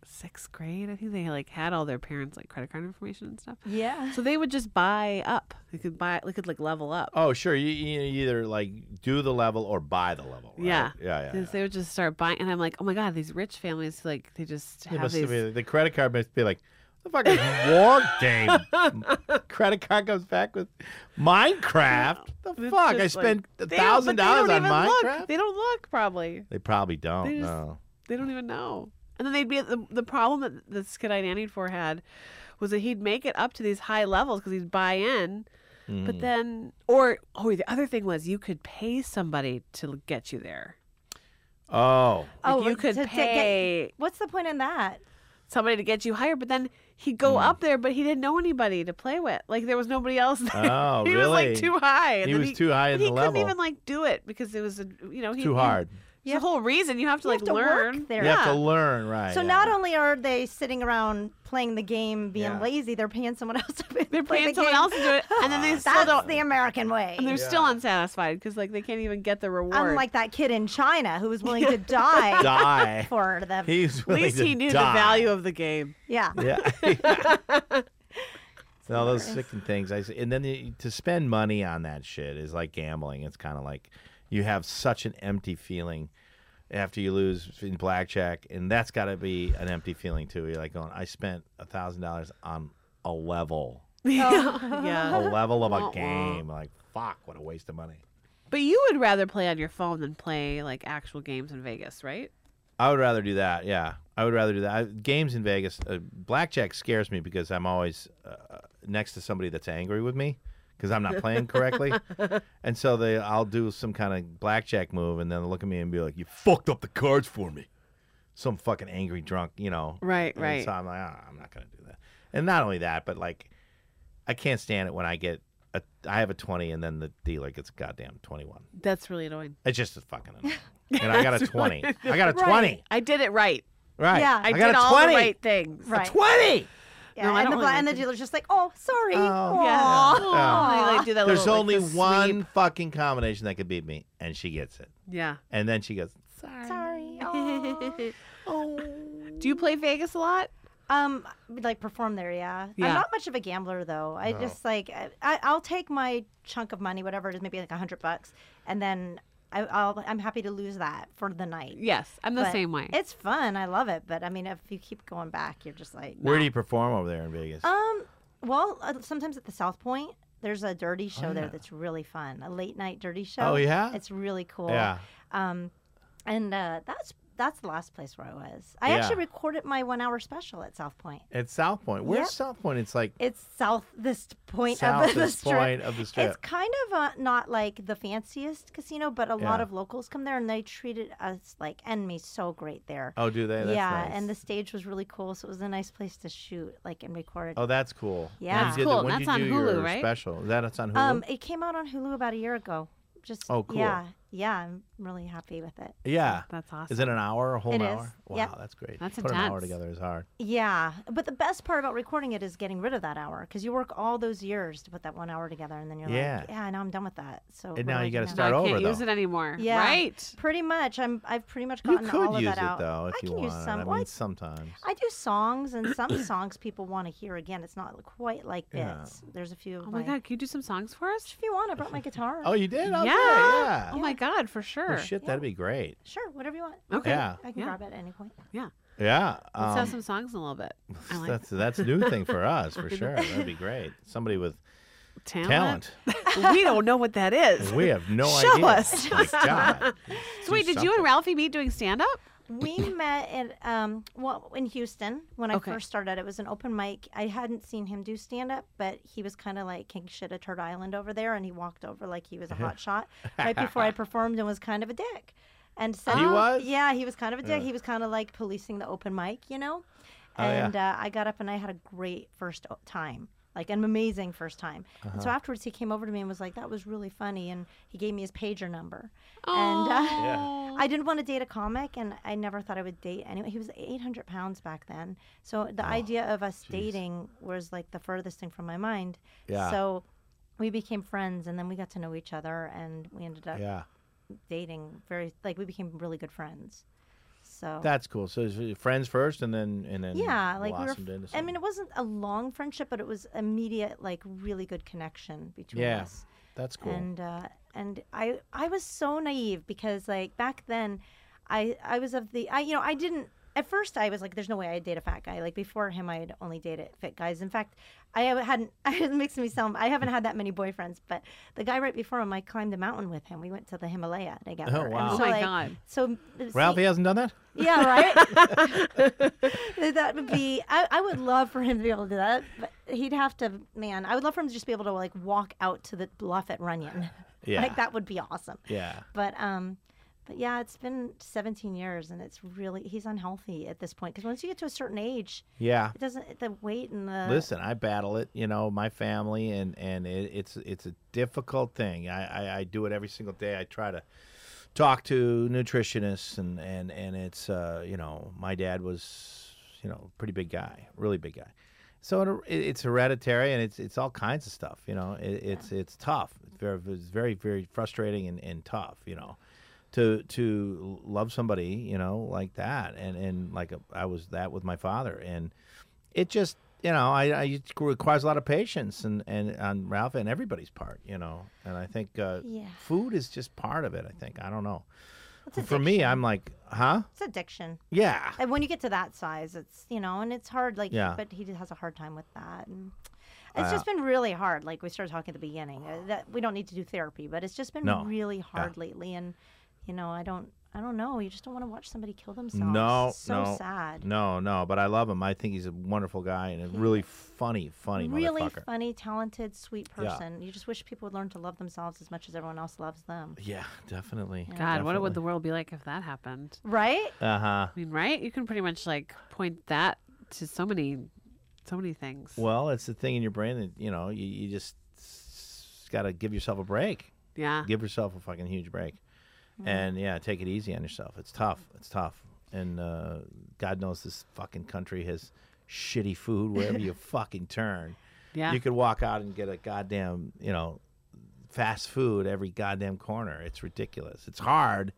Speaker 2: sixth grade, I think they like had all their parents' like credit card information and stuff.
Speaker 3: Yeah.
Speaker 2: So they would just buy up. They could buy. They could like level up.
Speaker 1: Oh, sure. You, you either like do the level or buy the level. right?
Speaker 2: Yeah.
Speaker 1: yeah, yeah.
Speaker 2: They- They would just start buying, and I'm like, oh my god, these rich families like they just
Speaker 1: It
Speaker 2: have
Speaker 1: must
Speaker 2: these.
Speaker 1: be, the credit card must be like the fucking war game. credit card comes back with Minecraft. The
Speaker 2: It's
Speaker 1: fuck! I
Speaker 2: just like-
Speaker 1: spent
Speaker 2: They
Speaker 1: a
Speaker 2: don't- but
Speaker 1: thousand
Speaker 2: they don't
Speaker 1: dollars on
Speaker 2: even
Speaker 1: Minecraft.
Speaker 2: Look. They don't look probably.
Speaker 1: They probably don't.
Speaker 2: They just-
Speaker 1: no.
Speaker 2: They don't even know. And then they'd be the, the problem that this kid I nannied for had was that he'd make it up to these high levels because he'd buy in,
Speaker 1: Mm.
Speaker 2: but then or oh the other thing was you could pay somebody to get you there.
Speaker 1: Oh,
Speaker 2: Like, you
Speaker 3: like,
Speaker 2: could
Speaker 3: to- to get-
Speaker 2: pay
Speaker 3: what's the point in that?
Speaker 2: somebody to get you higher, but then he'd go
Speaker 1: Mm.
Speaker 2: up there, but he didn't know anybody to play with. Like there was nobody else. There.
Speaker 1: Oh,
Speaker 2: he was like
Speaker 1: really?
Speaker 2: too high. And
Speaker 1: He
Speaker 2: then
Speaker 1: was too high in
Speaker 2: and
Speaker 1: the
Speaker 2: he
Speaker 1: level.
Speaker 2: couldn't even like do it because it was a, you know he,
Speaker 1: too hard.
Speaker 2: He, the whole reason you have to
Speaker 3: You
Speaker 2: like
Speaker 3: have to work
Speaker 2: learn.
Speaker 3: there.
Speaker 1: You have to
Speaker 2: Yeah.
Speaker 1: learn, right?
Speaker 3: So
Speaker 1: yeah.
Speaker 3: not only are they sitting around playing the game, being
Speaker 1: Yeah.
Speaker 3: lazy, they're paying someone else to play
Speaker 2: They're
Speaker 3: the
Speaker 2: paying someone
Speaker 3: game.
Speaker 2: else to do it, and then they still
Speaker 3: That's
Speaker 2: don't.
Speaker 3: the American way.
Speaker 2: And they're
Speaker 1: Yeah.
Speaker 2: still unsatisfied because like they can't even get the reward.
Speaker 3: Unlike that kid in China who was willing to die,
Speaker 1: die.
Speaker 3: for the
Speaker 1: He's
Speaker 2: at
Speaker 1: willing
Speaker 2: least
Speaker 1: to
Speaker 2: he knew
Speaker 1: die.
Speaker 2: the value of the game.
Speaker 3: yeah.
Speaker 1: Yeah. no, those sickening things. I s- and then the, to spend money on that shit is like gambling. It's kind of like you have such an empty feeling after you lose in blackjack, and that's got to be an empty feeling too. You're like going, I spent a thousand dollars on a level,
Speaker 3: Oh.
Speaker 1: a
Speaker 2: yeah.
Speaker 1: level of
Speaker 2: Wah,
Speaker 1: a
Speaker 2: wah.
Speaker 1: game. Like fuck, what a waste of money.
Speaker 2: But you would rather play on your phone than play like actual games in Vegas, right?
Speaker 1: I would rather do that. Yeah, I would rather do that. I, games in Vegas, uh, blackjack scares me because I'm always uh, next to somebody that's angry with me because I'm not playing correctly, and so they, I'll do some kind of blackjack move, and then they'll look at me and be like, "You fucked up the cards for me." Some fucking angry drunk, you know.
Speaker 2: Right,
Speaker 1: And So I'm like, "Ah, I'm not gonna do that. And not only that, but like, I can't stand it when I get a, I have a twenty, and then the dealer gets a goddamn twenty-one.
Speaker 2: That's really annoying.
Speaker 1: It's just fucking annoying. And I got a twenty. I got a
Speaker 3: Right.
Speaker 1: twenty.
Speaker 2: I did it right.
Speaker 1: Right.
Speaker 3: Yeah.
Speaker 2: I,
Speaker 3: I
Speaker 2: did all the right things.
Speaker 3: Right.
Speaker 1: 20.
Speaker 3: yeah.
Speaker 2: No, I
Speaker 3: and, the
Speaker 2: don't
Speaker 3: bla-
Speaker 2: really
Speaker 3: and the
Speaker 2: like it.
Speaker 3: dealer's just like, oh, sorry.
Speaker 1: Oh.
Speaker 3: Aw.
Speaker 2: Yeah.
Speaker 1: Yeah.
Speaker 2: They, like, do that
Speaker 1: There's
Speaker 2: little, Oh, like,
Speaker 1: only
Speaker 2: the sweep.
Speaker 1: one fucking combination that could beat me, and she gets it.
Speaker 2: Yeah.
Speaker 1: And then she goes,
Speaker 3: Sorry. aw.
Speaker 2: do
Speaker 1: Oh.
Speaker 2: you play Vegas a lot?
Speaker 3: um, like perform there, yeah.
Speaker 2: Yeah.
Speaker 3: I'm not much of a gambler though. I
Speaker 1: No.
Speaker 3: just like I, I- I'll take my chunk of money, whatever it is, maybe like a hundred bucks, and then I, I'll I'm happy to lose that for the night.
Speaker 2: Yes, I'm the
Speaker 3: But
Speaker 2: same way.
Speaker 3: It's fun. I love it. But I mean, if you keep going back, you're just like,
Speaker 1: Where do you perform over there in Vegas?
Speaker 3: um, well, uh, sometimes at the South Point, there's a dirty
Speaker 1: Oh,
Speaker 3: show
Speaker 1: yeah.
Speaker 3: there that's really fun. A late night dirty show.
Speaker 1: Oh, yeah?
Speaker 3: It's really cool.
Speaker 1: Yeah.
Speaker 3: Um, and uh, that's that's the last place where I was. I actually
Speaker 1: Yeah.
Speaker 3: recorded my one hour special at South Point.
Speaker 1: At South Point. Where's
Speaker 3: Yep.
Speaker 1: South Point? It's like
Speaker 3: It's southest point of the
Speaker 1: southest
Speaker 3: strip.
Speaker 1: point of the strip.
Speaker 3: It's kind of uh not like the fanciest casino, but a lot
Speaker 1: Yeah.
Speaker 3: of locals come there and they treated us like and me so great there.
Speaker 1: oh, do they? That's
Speaker 3: yeah,
Speaker 1: nice.
Speaker 3: and the stage was really cool, so it was a nice place to shoot like and record.
Speaker 1: Oh, that's cool. When
Speaker 3: Yeah.
Speaker 1: you
Speaker 3: That's
Speaker 1: did
Speaker 2: cool.
Speaker 1: The, when
Speaker 2: That's
Speaker 1: did you
Speaker 2: on
Speaker 1: do
Speaker 2: Hulu,
Speaker 1: your
Speaker 2: right?
Speaker 1: Special. Is that it's on Hulu.
Speaker 3: Um, it came out on Hulu about a year ago. Just
Speaker 1: Oh, cool.
Speaker 3: Yeah, yeah, I'm really happy with it.
Speaker 1: yeah.
Speaker 2: That's awesome.
Speaker 1: Is it an hour? A whole
Speaker 3: It
Speaker 1: hour?
Speaker 3: is.
Speaker 1: Wow,
Speaker 3: Yep.
Speaker 1: that's great.
Speaker 2: That's
Speaker 1: Put an hour
Speaker 2: intense.
Speaker 1: together is hard.
Speaker 3: Yeah, but the best part about recording it is getting rid of that hour because you work all those years to put that one hour together, and then you're
Speaker 1: Yeah.
Speaker 3: like, yeah, now I'm done with that. So what do
Speaker 1: now
Speaker 3: I
Speaker 1: you
Speaker 3: do
Speaker 1: gotta
Speaker 2: No,
Speaker 3: now?
Speaker 2: I
Speaker 1: Start
Speaker 2: can't
Speaker 1: over,
Speaker 2: use
Speaker 1: though.
Speaker 2: it anymore.
Speaker 3: Yeah.
Speaker 2: Right.
Speaker 3: Pretty much. I'm. I've pretty much
Speaker 1: You
Speaker 3: gotten all
Speaker 1: could
Speaker 3: of
Speaker 1: use
Speaker 3: that
Speaker 1: it
Speaker 3: out.
Speaker 1: though if
Speaker 3: I
Speaker 1: you
Speaker 3: can
Speaker 1: want.
Speaker 3: use
Speaker 1: I
Speaker 3: some. well, I
Speaker 1: mean, sometimes.
Speaker 3: I do songs, and some songs people want to hear again. It's not quite like bits.
Speaker 1: Yeah.
Speaker 3: There's a few of
Speaker 2: Oh my
Speaker 3: mine.
Speaker 2: god, can you do some songs for us?
Speaker 3: If you want, I brought my guitar.
Speaker 1: Oh, you did? Okay,
Speaker 2: Yeah.
Speaker 1: yeah.
Speaker 2: Oh my god, for sure.
Speaker 1: Oh, shit, that'd be great.
Speaker 3: Sure, whatever you want.
Speaker 2: Okay.
Speaker 1: Yeah.
Speaker 3: I can
Speaker 2: Yeah.
Speaker 3: grab it at any point.
Speaker 2: Yeah.
Speaker 1: Yeah.
Speaker 2: Let's have
Speaker 1: um,
Speaker 2: some songs in a little bit. I like
Speaker 1: that's that's a new thing for us for sure. That'd be great. Somebody with talent.
Speaker 2: we don't know what that is.
Speaker 1: We have no
Speaker 2: Show
Speaker 1: idea.
Speaker 2: us.
Speaker 1: My God.
Speaker 2: So wait, did you and Ralphie meet doing stand up?
Speaker 3: We met at um well in Houston when I
Speaker 2: Okay.
Speaker 3: first started. It was an open mic. I hadn't seen him do stand up, but he was kind of like king shit at Turd Island over there, and he walked over like he was a hot shot right before I performed and was kind of a dick. And so
Speaker 1: He was? Uh.
Speaker 3: yeah, he was kind of a dick. He was kind of like policing the open mic, you know.
Speaker 1: Oh, yeah.
Speaker 3: And uh, I got up and I had a great first o- time. Like an amazing first time.
Speaker 1: Uh-huh.
Speaker 3: And so afterwards, he came over to me and was like, "That was really funny," and he gave me his pager number.
Speaker 2: Oh.
Speaker 3: And uh,
Speaker 1: Yeah.
Speaker 3: I didn't want to date a comic, and I never thought I would date anyone. He was 800 pounds back then, so
Speaker 1: Oh,
Speaker 3: the idea of us dating was like the furthest thing from my mind.
Speaker 1: Yeah.
Speaker 3: So we became friends, and then we got to know each other, and we ended
Speaker 2: uh,
Speaker 3: up
Speaker 1: Yeah.
Speaker 3: dating very like we became really good friends. So
Speaker 1: That's cool. So it's, uh, friends first, and then and then
Speaker 3: yeah, like we were.
Speaker 1: blossomed into
Speaker 3: I mean,
Speaker 1: something.
Speaker 3: it wasn't a long friendship, but it was immediate, like really good connection between
Speaker 1: Yeah.
Speaker 3: us.
Speaker 1: that's cool.
Speaker 3: And uh, and I I was so naive because like back then, I I was of the I you know I didn't at first I was like there's no way I'd date a fat guy like before him I had only dated fit guys in fact I hav- hadn't it makes me sound I haven't had that many boyfriends but the guy right before him I climbed a mountain with him we went to the Himalaya together
Speaker 1: Oh,
Speaker 3: And
Speaker 1: wow.
Speaker 2: Oh
Speaker 3: so,
Speaker 2: my
Speaker 3: like,
Speaker 2: god.
Speaker 3: so uh, see-
Speaker 1: Ralphie hasn't done that.
Speaker 3: yeah, right. that would be. I, I would love for him to be able to do that, but he'd have to. Man, I would love for him to just be able to like walk out to the bluff at Runyon.
Speaker 1: Yeah.
Speaker 3: like that would be awesome.
Speaker 1: Yeah.
Speaker 3: But um, but yeah, it's been 17 years, and it's really he's unhealthy at this point because once you get to a certain age,
Speaker 1: Yeah.
Speaker 3: it doesn't the weight and the
Speaker 1: Listen, I battle it, you know, my family, and and it, it's it's a difficult thing. I, I I do it every single day. I try to talk to nutritionists, and and and it's uh, you know, my dad was you know pretty big guy, really big guy. So it, it's hereditary, and it's it's all kinds of stuff. You know, it, it's it's tough. It's very it's very very frustrating and, and tough. You know, to to love somebody you know like that, and and like a, I was that with my father, and it just you know I, I it requires a lot of patience and and on Ralph and everybody's part you know and I think uh,
Speaker 3: Yeah.
Speaker 1: food is just part of it I think I don't know
Speaker 3: It's addiction.
Speaker 1: for me I'm like huh
Speaker 3: it's addiction.
Speaker 1: yeah
Speaker 3: And when you get to that size, it's you know, and it's hard. Like,
Speaker 1: Yeah.
Speaker 3: but he has a hard time with that, and it's just been really hard. Like we started talking at the beginning, uh, that we don't need to do therapy, but it's just been
Speaker 1: No.
Speaker 3: really hard lately. And you know, I don't, I don't know. You just don't want to watch somebody kill themselves.
Speaker 1: no
Speaker 3: It's so
Speaker 1: no
Speaker 3: sad.
Speaker 1: no no but I love him I think he's a wonderful guy and a really funny funny
Speaker 3: Really
Speaker 1: motherfucker
Speaker 3: funny, talented, sweet
Speaker 1: Yeah.
Speaker 3: person. You just wish people would learn to love themselves as much as everyone else loves them.
Speaker 1: yeah definitely
Speaker 2: God, what would the world be like if that happened?
Speaker 3: Right?
Speaker 1: uh huh
Speaker 2: I mean, right? You can pretty much like point that to so many, so many things.
Speaker 1: well it's the thing in your brain that you know you, you just got to give yourself a break
Speaker 2: yeah.
Speaker 1: give yourself a fucking huge break and yeah take it easy on yourself it's tough it's tough and uh, god knows this fucking country has shitty food wherever you fucking turn
Speaker 2: Yeah.
Speaker 1: you could walk out and get a goddamn you know fast food every goddamn corner it's ridiculous it's hard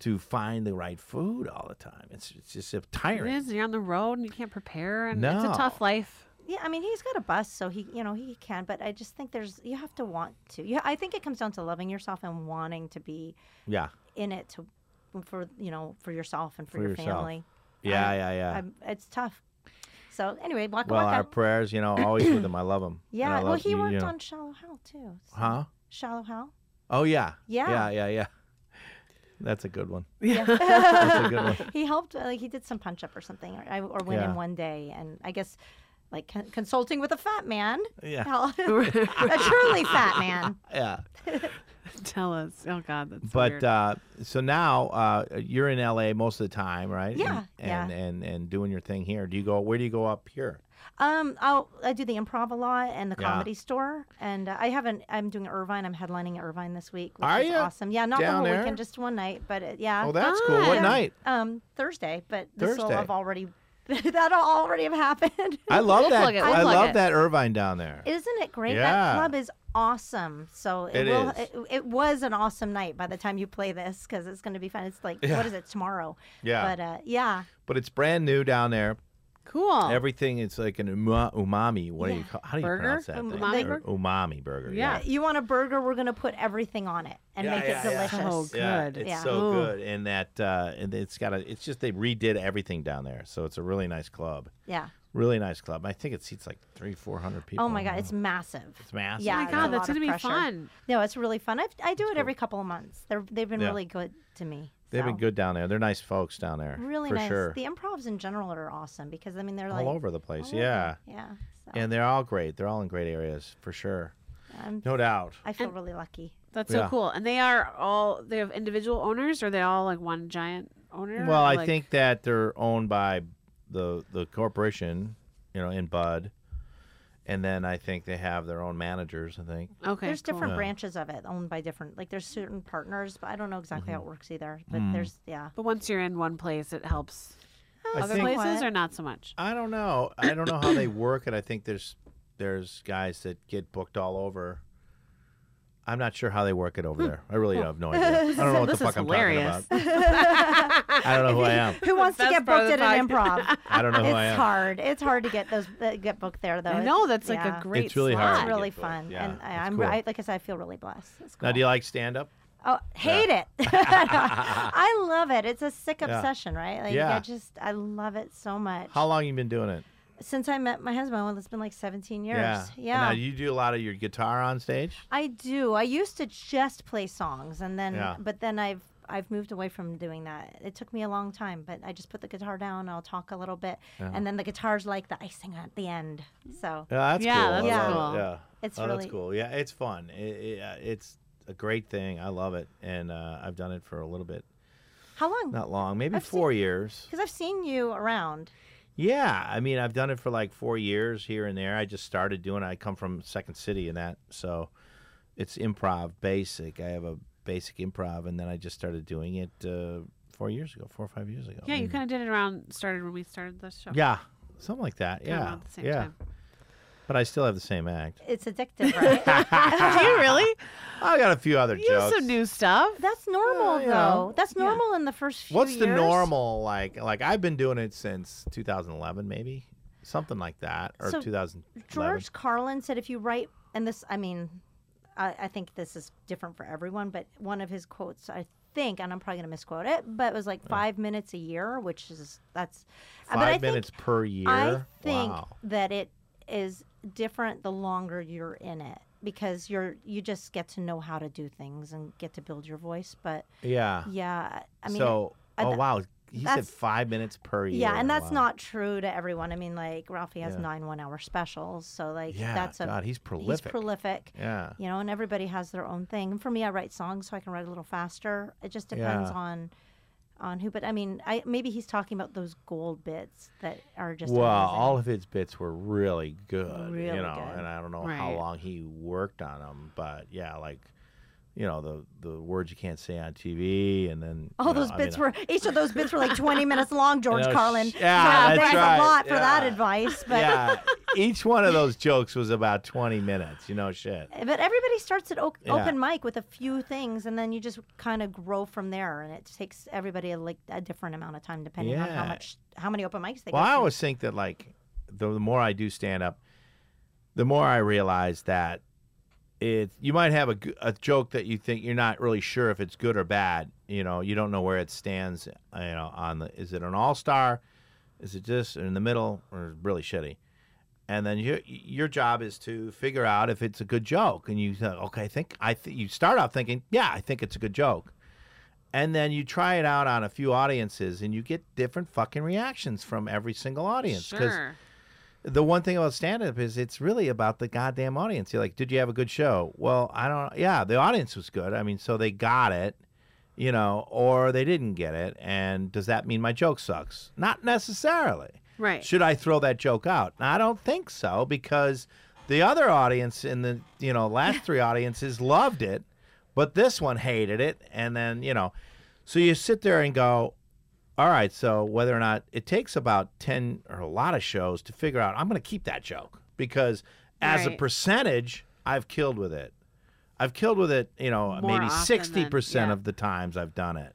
Speaker 1: to find the right food all the time it's, it's just
Speaker 2: It
Speaker 1: tiring
Speaker 2: is. You're on the road and you can't prepare, and it's
Speaker 1: No.
Speaker 2: a tough life.
Speaker 3: Yeah, I mean, he's got a bus, so he, you know, he can. But I just think there's, you have to want to. Yeah, I think it comes down to loving yourself and wanting to be
Speaker 1: yeah
Speaker 3: in it to for you know for yourself and for,
Speaker 1: For
Speaker 3: your
Speaker 1: yourself.
Speaker 3: family.
Speaker 1: yeah yeah yeah
Speaker 3: I'm, it's tough. So anyway, waka
Speaker 1: well
Speaker 3: waka.
Speaker 1: our prayers you know always with him i love him And I
Speaker 3: yeah. Well,
Speaker 1: love-
Speaker 3: he
Speaker 1: you- you
Speaker 3: worked
Speaker 1: know-
Speaker 3: on Shallow Hell too. so-
Speaker 1: huh
Speaker 3: Shallow Hell.
Speaker 1: oh yeah
Speaker 3: Yeah.
Speaker 1: yeah yeah yeah That's a good one.
Speaker 3: Yeah.
Speaker 1: That's a good one.
Speaker 3: he helped, uh, like he did some punch up or something, or, I- or went
Speaker 1: Yeah.
Speaker 3: in one day, and I guess like con- consulting with a fat man,
Speaker 1: Yeah.
Speaker 3: Hell, a truly fat man.
Speaker 1: Yeah.
Speaker 2: Tell us. Oh God, that's
Speaker 1: But
Speaker 2: weird.
Speaker 1: uh, so now uh, you're in LA most of the time, right?
Speaker 3: Yeah,
Speaker 1: And,
Speaker 3: yeah.
Speaker 1: And, and and doing your thing here. Do you go? Where do you go up here?
Speaker 3: Um, I'll, I do the improv a lot and the
Speaker 1: Yeah.
Speaker 3: comedy store, and uh, I haven't. I'm doing Irvine. I'm headlining Irvine this week, which
Speaker 1: Are
Speaker 3: is
Speaker 1: ya?
Speaker 3: awesome. Yeah, not
Speaker 1: Down
Speaker 3: the whole
Speaker 1: there?
Speaker 3: weekend, just one night, but it, yeah.
Speaker 1: Oh, that's cool. What
Speaker 2: Ah.
Speaker 1: night?
Speaker 3: um, Thursday, but this will
Speaker 1: Thursday.
Speaker 3: have already that'll already have happened.
Speaker 1: I love
Speaker 2: We'll
Speaker 1: that.
Speaker 2: plug it, we'll
Speaker 1: I
Speaker 2: plug
Speaker 1: love
Speaker 2: it.
Speaker 1: that Irvine down there.
Speaker 3: Isn't it great?
Speaker 1: Yeah.
Speaker 3: That club is awesome. So
Speaker 1: It
Speaker 3: it, will.
Speaker 1: is.
Speaker 3: It, it was an awesome night by the time you play this because it's going to be fun. It's like
Speaker 1: Yeah.
Speaker 3: what is it tomorrow?
Speaker 1: Yeah.
Speaker 3: But uh, yeah,
Speaker 1: but it's brand new down there.
Speaker 2: cool. Oh,
Speaker 1: Everything it's like an uma- umami. What do you
Speaker 3: Yeah.
Speaker 1: call, how do you
Speaker 2: Burger?
Speaker 1: pronounce that?
Speaker 2: Um,
Speaker 1: thing? Or
Speaker 2: umami burger?
Speaker 1: Umami burger.
Speaker 2: Yeah.
Speaker 3: you want a burger? We're going to put everything on it and
Speaker 1: Yeah,
Speaker 3: make
Speaker 1: yeah,
Speaker 3: it
Speaker 1: yeah.
Speaker 3: delicious.
Speaker 2: Oh,
Speaker 1: Yeah,
Speaker 2: Good.
Speaker 1: it's
Speaker 3: Yeah.
Speaker 1: so
Speaker 2: Ooh.
Speaker 1: good, and that uh, and it's got a. It's just they redid everything down there, so it's a really nice club.
Speaker 3: Yeah.
Speaker 1: Really nice club. I think it seats like three, four hundred people.
Speaker 3: Oh my god, it's massive.
Speaker 1: it's massive.
Speaker 2: oh
Speaker 3: yeah,
Speaker 2: my
Speaker 3: it's
Speaker 2: God,
Speaker 3: a
Speaker 2: that's
Speaker 3: lot
Speaker 2: gonna
Speaker 3: of
Speaker 2: be
Speaker 3: pressure.
Speaker 2: fun.
Speaker 3: No, it's really fun. I've, I do it every couple of months. They're, they've been
Speaker 1: Yeah.
Speaker 3: really good to me.
Speaker 1: They've
Speaker 3: so.
Speaker 1: been good down there. They're nice folks down there.
Speaker 3: Really
Speaker 1: for
Speaker 3: nice.
Speaker 1: sure.
Speaker 3: The improvs in general are awesome because I mean they're
Speaker 1: all
Speaker 3: like
Speaker 1: over the place.
Speaker 3: all over.
Speaker 1: yeah.
Speaker 3: yeah. So
Speaker 1: And they're all great. They're all in great areas for sure.
Speaker 3: I'm,
Speaker 1: No doubt.
Speaker 3: I feel really lucky.
Speaker 2: That's so
Speaker 1: Yeah.
Speaker 2: cool. And they are all they have individual owners, or are they all like one giant owner?
Speaker 1: Well, I
Speaker 2: Like-
Speaker 1: think that they're owned by the the corporation, you know, in Bud, and then I think they have their own managers. I think.
Speaker 2: okay,
Speaker 3: there's different
Speaker 1: Yeah.
Speaker 3: branches of it owned by different like there's certain partners, but I don't know exactly how it works either. But
Speaker 1: Mm.
Speaker 3: there's yeah.
Speaker 2: But once you're in one place, it helps
Speaker 1: I
Speaker 2: Oh, other
Speaker 1: think-
Speaker 2: places,
Speaker 3: What?
Speaker 2: or not so much.
Speaker 1: I don't know. I don't know how they work it. I think there's there's guys that get booked all over. I'm not sure how they work it over there. I really have no idea. I don't know what
Speaker 2: This
Speaker 1: the
Speaker 2: is
Speaker 1: fuck I'm
Speaker 2: hilarious.
Speaker 1: talking about. I don't know who I am.
Speaker 3: Who wants to
Speaker 2: best
Speaker 3: get
Speaker 2: part of
Speaker 3: booked at
Speaker 2: the
Speaker 3: an
Speaker 2: podcast.
Speaker 3: improv?
Speaker 1: I don't know who I
Speaker 3: it's
Speaker 1: am.
Speaker 3: hard. It's hard to get those uh, get booked there though.
Speaker 2: I
Speaker 3: It's-
Speaker 2: know that's
Speaker 3: yeah.
Speaker 2: like a great.
Speaker 1: It's really
Speaker 2: slot.
Speaker 1: hard.
Speaker 3: It's
Speaker 1: to
Speaker 3: really
Speaker 1: get booked.
Speaker 3: fun,
Speaker 1: Yeah,
Speaker 3: and I,
Speaker 1: it's
Speaker 3: I'm
Speaker 1: cool.
Speaker 3: I, like I said, I feel really blessed. It's cool.
Speaker 1: Now, do you like stand up?
Speaker 3: Oh, hate it. I love it. It's a sick
Speaker 1: Yeah.
Speaker 3: obsession, right? Like
Speaker 1: Yeah.
Speaker 3: I just I love it so much.
Speaker 1: How long you been doing it?
Speaker 3: Since I met my husband, well, it's been like 17 years.
Speaker 1: Yeah.
Speaker 3: Yeah.
Speaker 1: And Now, do you do a lot of your guitar on stage?
Speaker 3: I do. I used to just play songs and then
Speaker 1: Yeah.
Speaker 3: but then I've I've moved away from doing that. It took me a long time, but I just put the guitar down, I'll talk a little bit, and then the guitar's like the icing at the end. So,
Speaker 1: Yeah, that's
Speaker 2: Yeah,
Speaker 1: cool.
Speaker 2: that's
Speaker 1: I love
Speaker 2: cool.
Speaker 1: it. Yeah.
Speaker 3: It's
Speaker 1: oh,
Speaker 3: really-
Speaker 1: that's cool. Yeah, it's fun. It, it, uh, it's a great thing. I love it, and uh, I've done it for a little bit,
Speaker 3: how long?
Speaker 1: not long, maybe
Speaker 3: I've seen-
Speaker 1: four years.
Speaker 3: Cuz I've seen you around.
Speaker 1: Yeah, I mean, I've done it for like four years here and there. I just started doing. it. I come from Second City and that, so it's improv basic. I have a basic improv, and then I just started doing it uh, four years ago, four or five years ago.
Speaker 2: Yeah, you
Speaker 1: And-
Speaker 2: kind of did it around started when we started the show.
Speaker 1: Yeah, something like that.
Speaker 2: Kinda
Speaker 1: Yeah,
Speaker 2: around the same
Speaker 1: yeah.
Speaker 2: time.
Speaker 1: But I still have the same act.
Speaker 3: It's addictive, right?
Speaker 2: Do you really?
Speaker 1: I got a few other
Speaker 2: You have
Speaker 1: jokes.
Speaker 2: some new stuff.
Speaker 3: That's normal
Speaker 1: Well, you know,
Speaker 3: though. That's
Speaker 2: yeah.
Speaker 3: normal in the first few
Speaker 1: What's the
Speaker 3: years.
Speaker 1: normal like? Like I've been doing it since 2011, maybe something like that, or
Speaker 3: So,
Speaker 1: 2011.
Speaker 3: George Carlin said if you write, and this, I mean, I, I think this is different for everyone, but one of his quotes, I think, and I'm probably going to misquote it, but it was like five minutes a year, which is, that's, but I
Speaker 1: Five minutes per year.
Speaker 3: Think, I think
Speaker 1: wow.
Speaker 3: that it is different the longer you're in it because you're, you just get to know how to do things and get to build your voice. But
Speaker 1: Yeah.
Speaker 3: yeah, I mean,
Speaker 1: so,
Speaker 3: I-
Speaker 1: oh wow, he said
Speaker 3: that's-
Speaker 1: five minutes per year.
Speaker 3: yeah, and that's
Speaker 1: Wow.
Speaker 3: not true to everyone. I mean, like Ralphie has
Speaker 1: Yeah.
Speaker 3: nine one-hour specials, so like
Speaker 1: Yeah,
Speaker 3: that's a
Speaker 1: God, he's
Speaker 3: he's
Speaker 1: prolific.
Speaker 3: prolific.
Speaker 1: yeah.
Speaker 3: you know, and everybody has their own thing. And for me, I write songs so I can write a little faster. It just depends
Speaker 1: Yeah.
Speaker 3: on on who. But I mean, I maybe he's talking about those gold bits that are just
Speaker 1: Well,
Speaker 3: amazing.
Speaker 1: all of his bits were really good,
Speaker 3: Really
Speaker 1: you know,
Speaker 3: good.
Speaker 1: and I don't know how
Speaker 2: Right.
Speaker 1: long he worked on them, but yeah, like, you know, the the words you can't say on TV, and then
Speaker 3: all
Speaker 1: you know,
Speaker 3: those
Speaker 1: I mean,
Speaker 3: bits were each of those bits were like 20 minutes long. George
Speaker 1: know,
Speaker 3: Carlin.
Speaker 1: sh- yeah,
Speaker 3: so
Speaker 1: that's
Speaker 3: thanks
Speaker 1: right,
Speaker 3: a lot for that
Speaker 1: yeah.
Speaker 3: advice. But
Speaker 1: yeah, each one of those jokes was about 20 minutes, you know, shit.
Speaker 3: but everybody starts at o-
Speaker 1: Yeah.
Speaker 3: open mic with a few things, and then you just kind of grow from there. And it takes everybody a, like a different amount of time depending on how
Speaker 1: Yeah.
Speaker 3: much how many open mics they.
Speaker 1: Well,
Speaker 3: go
Speaker 1: I
Speaker 3: to.
Speaker 1: always think that like the, the more I do stand up, the more I realize that it you might have a, g- a joke that you think you're not really sure if it's good or bad. You know, you don't know where it stands. You know, on the is it an all star? Is it just in the middle or really shitty? And then your your job is to figure out if it's a good joke. And you think, okay, I think I th- you start off thinking, yeah, I think it's a good joke and then you try it out on a few audiences and you get different fucking reactions from every single audience
Speaker 2: Sure.
Speaker 1: the one thing about stand up is it's really about the goddamn audience. You're like, did you have a good show? Well, I don't yeah, the audience was good. I mean, so they got it, you know, or they didn't get it. And does that mean my joke sucks? Not necessarily.
Speaker 2: Right.
Speaker 1: Should I throw that joke out? I don't think so because the other audience in the, you know, last three audiences loved it, but this one hated it and then, you know, so you sit there and go, all right, so whether or not it takes about 10 or a lot of shows to figure out, I'm going to keep that joke because as a
Speaker 2: Right.
Speaker 1: percentage, I've killed with it. I've killed with it, you know,
Speaker 2: More
Speaker 1: maybe
Speaker 2: often than-
Speaker 1: 60%
Speaker 2: yeah.
Speaker 1: of the times I've done it.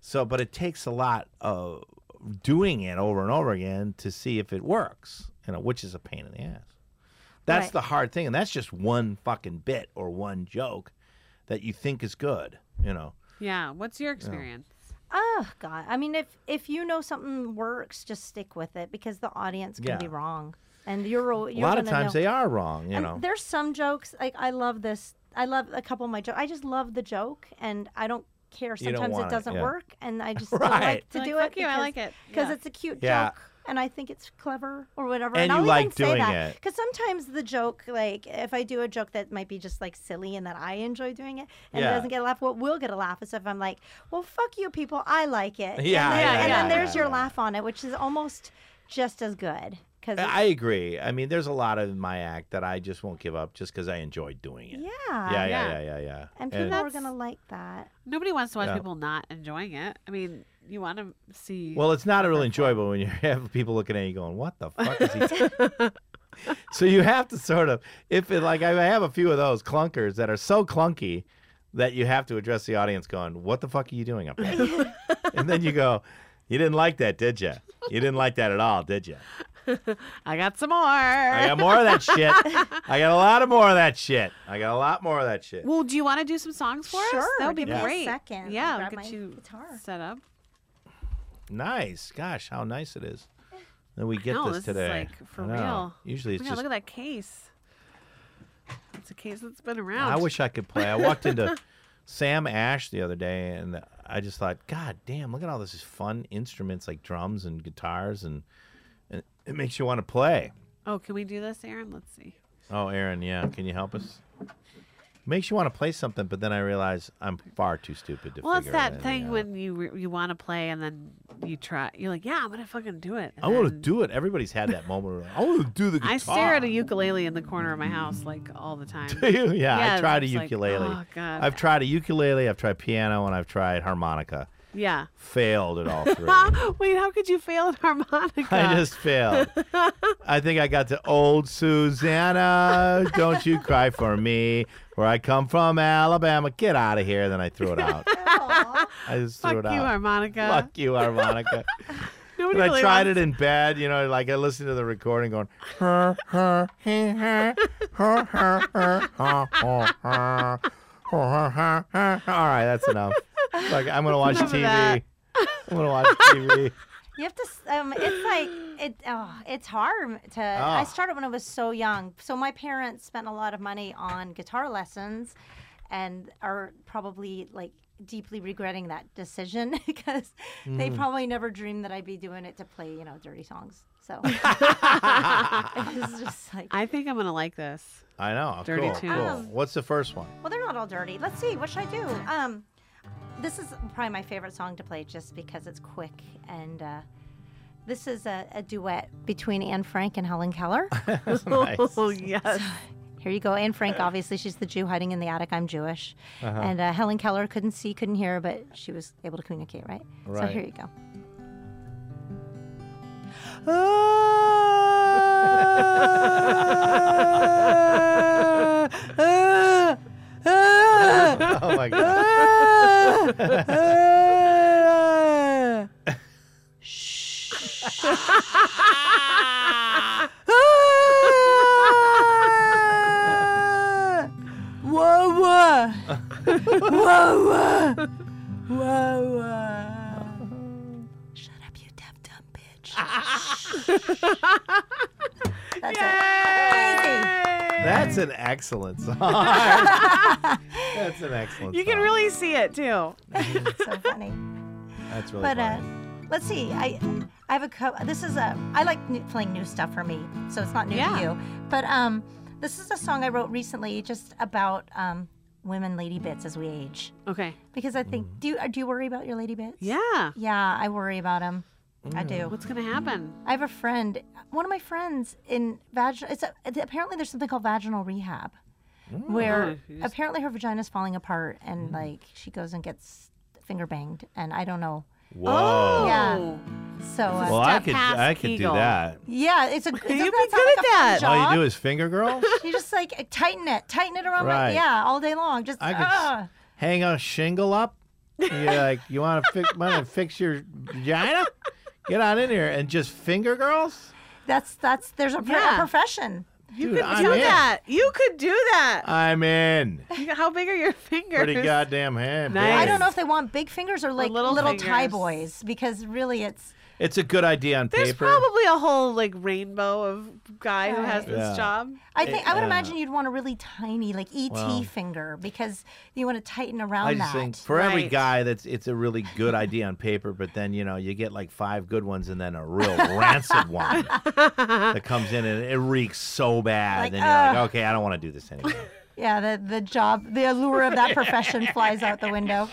Speaker 1: So, but it takes a lot of doing it over and over again to see if it works, you know, which is a pain in the ass. That's
Speaker 3: Right.
Speaker 1: the hard thing. And that's just one fucking bit or one joke that you think is good, you know.
Speaker 2: Yeah. What's your experience?
Speaker 3: Oh God! I mean, if if you know something works, just stick with it because the audience can
Speaker 1: Yeah.
Speaker 3: be wrong, and you're al-
Speaker 1: A
Speaker 3: you're
Speaker 1: lot of
Speaker 3: gonna
Speaker 1: times
Speaker 3: know.
Speaker 1: they are wrong, you
Speaker 3: and
Speaker 1: know.
Speaker 3: There's some jokes like I love this. I love a couple of my jokes. I just love the joke, and I don't care.
Speaker 1: You don't
Speaker 3: Sometimes
Speaker 1: want
Speaker 3: it
Speaker 1: it,
Speaker 3: doesn't
Speaker 1: yeah.
Speaker 3: work, and I just don't
Speaker 1: Right.
Speaker 3: like to
Speaker 2: Like,
Speaker 3: do
Speaker 2: fuck
Speaker 3: it.
Speaker 2: you, I
Speaker 3: because-
Speaker 2: like it.
Speaker 3: because
Speaker 2: Yeah.
Speaker 3: it's a cute
Speaker 1: Yeah.
Speaker 3: joke, and I think it's clever or whatever.
Speaker 1: And
Speaker 3: I'll
Speaker 1: you like
Speaker 3: even say
Speaker 1: doing
Speaker 3: that,
Speaker 1: it.
Speaker 3: because sometimes the joke, like if I do a joke that might be just like silly and that I enjoy doing it, and
Speaker 1: Yeah.
Speaker 3: it doesn't get a laugh, what will get a laugh is if I'm like, "Well, fuck you, people, I like
Speaker 1: Yeah,
Speaker 3: it." and then,
Speaker 2: yeah, yeah,
Speaker 3: and then there's
Speaker 1: yeah,
Speaker 3: your
Speaker 1: yeah.
Speaker 3: laugh on it, which is almost just as good. Because
Speaker 1: I agree. I mean, there's a lot of my act that I just won't give up just because I enjoy doing it. yeah,
Speaker 3: yeah,
Speaker 1: yeah, yeah,
Speaker 2: yeah.
Speaker 1: yeah, yeah.
Speaker 3: and people
Speaker 1: And-
Speaker 3: are
Speaker 2: That's-
Speaker 3: gonna like that.
Speaker 2: Nobody wants to watch
Speaker 1: Yeah.
Speaker 2: people not enjoying it. I mean, you want to see.
Speaker 1: well, it's not really enjoyable when you have people looking at you going, "What the fuck is he?" so you have to sort of, if it like I have a few of those clunkers that are so clunky that you have to address the audience going, "What the fuck are you doing up there?" and then you go, "You didn't like that, did you? You didn't like that at all, did you?"
Speaker 2: I got some more.
Speaker 1: I got more of that shit. I got a lot of more of that shit. I got a lot more of that shit.
Speaker 2: Well, do you want to do some songs for us?
Speaker 3: Sure,
Speaker 2: That would be
Speaker 3: give me a
Speaker 2: great.
Speaker 3: second. I'll
Speaker 2: Yeah,
Speaker 3: grab
Speaker 2: get
Speaker 3: my
Speaker 2: you
Speaker 3: guitar.
Speaker 2: set up.
Speaker 1: Nice. Gosh, how nice it is that we get
Speaker 2: know,
Speaker 1: this,
Speaker 2: this is,
Speaker 1: today.
Speaker 2: like, for
Speaker 1: I know.
Speaker 2: real.
Speaker 1: Usually it's
Speaker 2: Yeah,
Speaker 1: just.
Speaker 2: Oh look at that case. It's a case that's been around.
Speaker 1: I wish I could play. I walked into Sam Ash the other day, and I just thought, God damn, look at all this is fun instruments like drums and guitars, and, and it makes you want to play.
Speaker 2: Oh, can we do this, Aaron? Let's see.
Speaker 1: Oh, Aaron, yeah, can you help us? Makes you want to play something, but then I realize I'm far too stupid to.
Speaker 2: Well, it's
Speaker 1: figure
Speaker 2: that
Speaker 1: anything
Speaker 2: thing
Speaker 1: out.
Speaker 2: when you re- you want to play and then you try. You're like, yeah, I'm gonna fucking do it. and
Speaker 1: I want to
Speaker 2: then-
Speaker 1: do it. Everybody's had that moment. Where, I want to do the guitar.
Speaker 2: I stare at a ukulele in the corner of my house like all the time.
Speaker 1: Do you? Yeah,
Speaker 2: Yeah,
Speaker 1: I tried a
Speaker 2: it's like,
Speaker 1: ukulele.
Speaker 2: oh, God.
Speaker 1: I've tried a ukulele, I've tried piano, and I've tried harmonica.
Speaker 2: Yeah.
Speaker 1: Failed at all three.
Speaker 2: Wait, how could you fail at harmonica?
Speaker 1: I just failed. I think I got to old Susanna, don't you cry for me, where I come from, Alabama. Get out of here. Then I threw it out. I just
Speaker 2: Fuck
Speaker 1: threw
Speaker 2: you,
Speaker 1: it out.
Speaker 2: harmonica.
Speaker 1: Fuck you, harmonica.
Speaker 2: Nobody
Speaker 1: And I
Speaker 2: really
Speaker 1: tried it
Speaker 2: wants-
Speaker 1: in bed, you know, like I listened to the recording going, her, her, he, her, her, her, her, her, her, her, her, her, her. all right, that's enough. It's Like I'm gonna watch
Speaker 2: Enough of
Speaker 1: TV.
Speaker 2: that.
Speaker 1: I'm gonna watch TV.
Speaker 3: You have to. s- Um, it's like it. Oh, it's hard to. I
Speaker 1: Ah.
Speaker 3: started when I was so young. So my parents spent a lot of money on guitar lessons, and are probably like deeply regretting that decision because they probably never dreamed that I'd be doing it to play, you know, dirty songs. So it's just like.
Speaker 2: I think I'm gonna like this.
Speaker 1: I know.
Speaker 2: Dirty
Speaker 1: cool,
Speaker 2: tune.
Speaker 1: cool.
Speaker 3: Um,
Speaker 1: What's the first one?
Speaker 3: Well, they're not all dirty. Let's see. What should I do? Um, this is probably my favorite song to play just because it's quick and. Uh, this is a, a duet between Anne Frank and Helen Keller.
Speaker 1: Nice.
Speaker 2: Oh yes.
Speaker 3: Here you go. Anne Frank, obviously, she's the Jew hiding in the attic. I'm Jewish. And uh, Helen Keller couldn't see, couldn't hear, but she was able to communicate, right? So
Speaker 1: Right.
Speaker 3: here you go.
Speaker 1: Oh my god.
Speaker 3: Shut up, you deaf dumb bitch. That's it. Easy.
Speaker 4: That's an excellent song. That's an excellent
Speaker 2: You can
Speaker 4: song.
Speaker 2: really see it too.
Speaker 3: so funny.
Speaker 4: That's really
Speaker 3: But uh,
Speaker 4: funny.
Speaker 2: oh,
Speaker 3: let's see. I I have a co- this is a I like new, playing new stuff for me, so it's not new
Speaker 2: Yeah.
Speaker 3: to you. But um, this is a song I wrote recently, just about um, women lady bits as we age,
Speaker 2: Okay.
Speaker 3: because I think do you, uh, do you worry about your lady bits?
Speaker 2: Mm. Yeah. Mm.
Speaker 3: Yeah, I worry about them. I do.
Speaker 2: What's gonna happen?
Speaker 3: I have a friend, one of my friends in vaginal. It's a, apparently there's something called vaginal rehab, where
Speaker 2: Oh, you just-
Speaker 3: apparently her vagina's falling apart
Speaker 2: Mm.
Speaker 3: and like she goes and gets finger banged, and I don't know.
Speaker 1: Whoa.
Speaker 3: Yeah.
Speaker 2: Oh.
Speaker 3: So uh,
Speaker 1: Well, I
Speaker 2: Step
Speaker 1: could
Speaker 2: past
Speaker 1: I could
Speaker 2: Kegel.
Speaker 1: do that.
Speaker 3: Yeah, it's a. You'd
Speaker 2: You'd be good at that.
Speaker 1: All you do is finger girls.
Speaker 3: you just like tighten it, tighten it around. My,
Speaker 1: Right.
Speaker 3: yeah, all day long. Just
Speaker 1: I could s-
Speaker 3: ah.
Speaker 1: Hang a shingle up. You're like, you want to fix, want to fix your vagina? Get on in here and just finger girls.
Speaker 3: that's that's there's a, pro- a
Speaker 2: Yeah.
Speaker 3: profession.
Speaker 1: You
Speaker 2: You
Speaker 1: Dude,
Speaker 2: could
Speaker 1: I'm
Speaker 2: do
Speaker 1: in.
Speaker 2: that. You could do that.
Speaker 1: I'm in.
Speaker 2: You- How big are your fingers?
Speaker 1: Pretty goddamn hand.
Speaker 2: Nice.
Speaker 3: I
Speaker 1: big.
Speaker 3: don't know if they want big fingers or like
Speaker 2: little
Speaker 3: little, tie
Speaker 2: fingers.
Speaker 3: boys because really it's
Speaker 1: It's a good idea on
Speaker 2: There's
Speaker 1: paper.
Speaker 2: probably a whole like rainbow of guy who has
Speaker 3: Right.
Speaker 2: this
Speaker 1: Yeah.
Speaker 2: job.
Speaker 3: I think I would
Speaker 1: Yeah.
Speaker 3: imagine you'd want a really tiny like ET
Speaker 1: Well.
Speaker 3: finger because you want to tighten around
Speaker 1: I just
Speaker 3: that.
Speaker 1: think for every
Speaker 2: Right.
Speaker 1: guy, that's it's a really good idea on paper, but then you know you get like five good ones and then a real rancid one that comes in and it reeks so bad.
Speaker 3: Like, uh.
Speaker 1: and you're
Speaker 3: "Ugh."
Speaker 1: like, okay, I don't want to do this anymore.
Speaker 3: yeah, the the job, the allure of that profession flies out the window.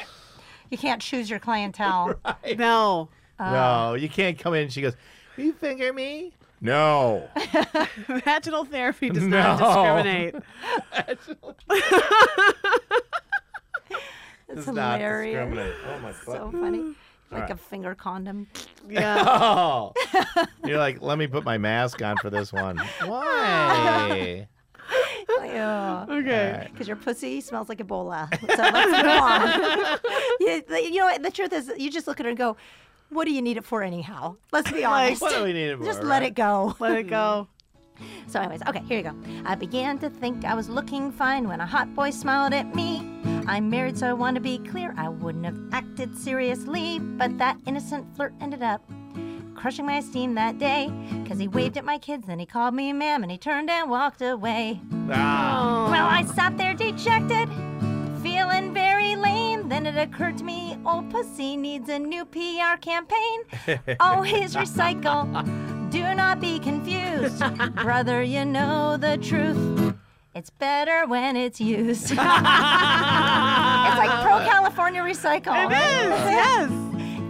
Speaker 3: You can't choose your clientele.
Speaker 2: No.
Speaker 3: Uh.
Speaker 1: no, you can't come in. and She goes, "Will you finger me? No.
Speaker 2: Vaginal therapy does not
Speaker 1: No.
Speaker 2: discriminate.
Speaker 3: It's
Speaker 1: Does not
Speaker 3: hilarious.
Speaker 1: discriminate. Oh my
Speaker 3: So
Speaker 1: fucking-
Speaker 3: funny. Like
Speaker 1: right.
Speaker 3: a finger condom.
Speaker 2: Yeah.
Speaker 1: Oh. You're like, let me put my mask on for this one. Why?
Speaker 3: Yeah.
Speaker 2: Okay.
Speaker 3: Because your pussy smells like Ebola. So let's move on. you, you know what? The truth is, you just look at her and go, what do you need it for anyhow? Let's be honest.
Speaker 1: what do we need it
Speaker 3: just
Speaker 1: for,
Speaker 3: let
Speaker 1: right?
Speaker 3: it go.
Speaker 2: Let it go.
Speaker 3: So, anyways, okay, here you go. I began to think I was looking fine when a hot boy smiled at me. I'm married, so I want to be clear. I wouldn't have acted seriously, but that innocent flirt ended up crushing my esteem that day. Because he waved at my kids, then he called me ma'am, and he turned and walked away.
Speaker 1: Ah.
Speaker 3: Well, I sat there dejected, feeling very lame. Then it occurred to me, old pussy needs a new PR campaign. Oh, his recycle. Do not be confused, brother. You know the truth. It's better when it's used. it's like pro California recycle.
Speaker 2: It is. Yes.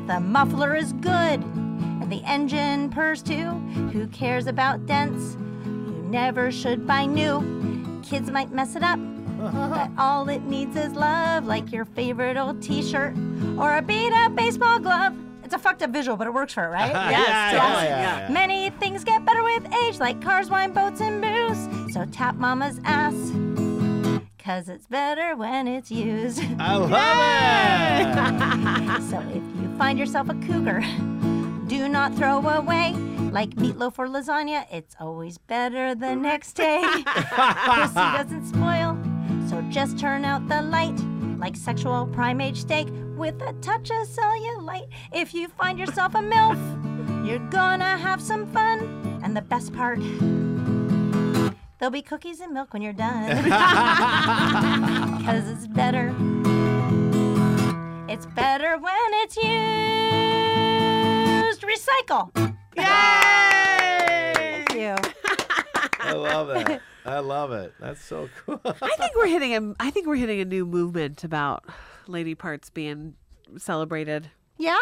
Speaker 3: The muffler is good, and the engine purrs too. Who cares about dents? You never should buy new. Kids might mess it up, but all it needs is love, like your favorite old t shirt or a beat up baseball glove. It's a fucked up visual, but it works for it, right?
Speaker 1: Yeah,
Speaker 2: Yes,
Speaker 1: yeah,
Speaker 2: yes,
Speaker 1: yeah,
Speaker 2: yeah.
Speaker 1: yeah.
Speaker 3: Many things get better with age, like cars, wine, boats, and booze. So tap mama's ass, cause it's better when it's used.
Speaker 1: I love it.
Speaker 3: So if you find yourself a cougar, do not throw away. Like meatloaf or lasagna, it's always better the next day. Pussy doesn't spoil, so just turn out the light. Like sexual primate steak with a touch of cellulite. If you find yourself a MILF, you're gonna have some fun. And the best part, there'll be cookies and milk when you're done. Cause it's better. It's better when it's used. Recycle.
Speaker 2: Yay!
Speaker 3: Thank you.
Speaker 1: I love it. I love it. That's so cool.
Speaker 2: I think we're hitting a. I think we're hitting a new movement about lady parts being celebrated
Speaker 3: Yeah?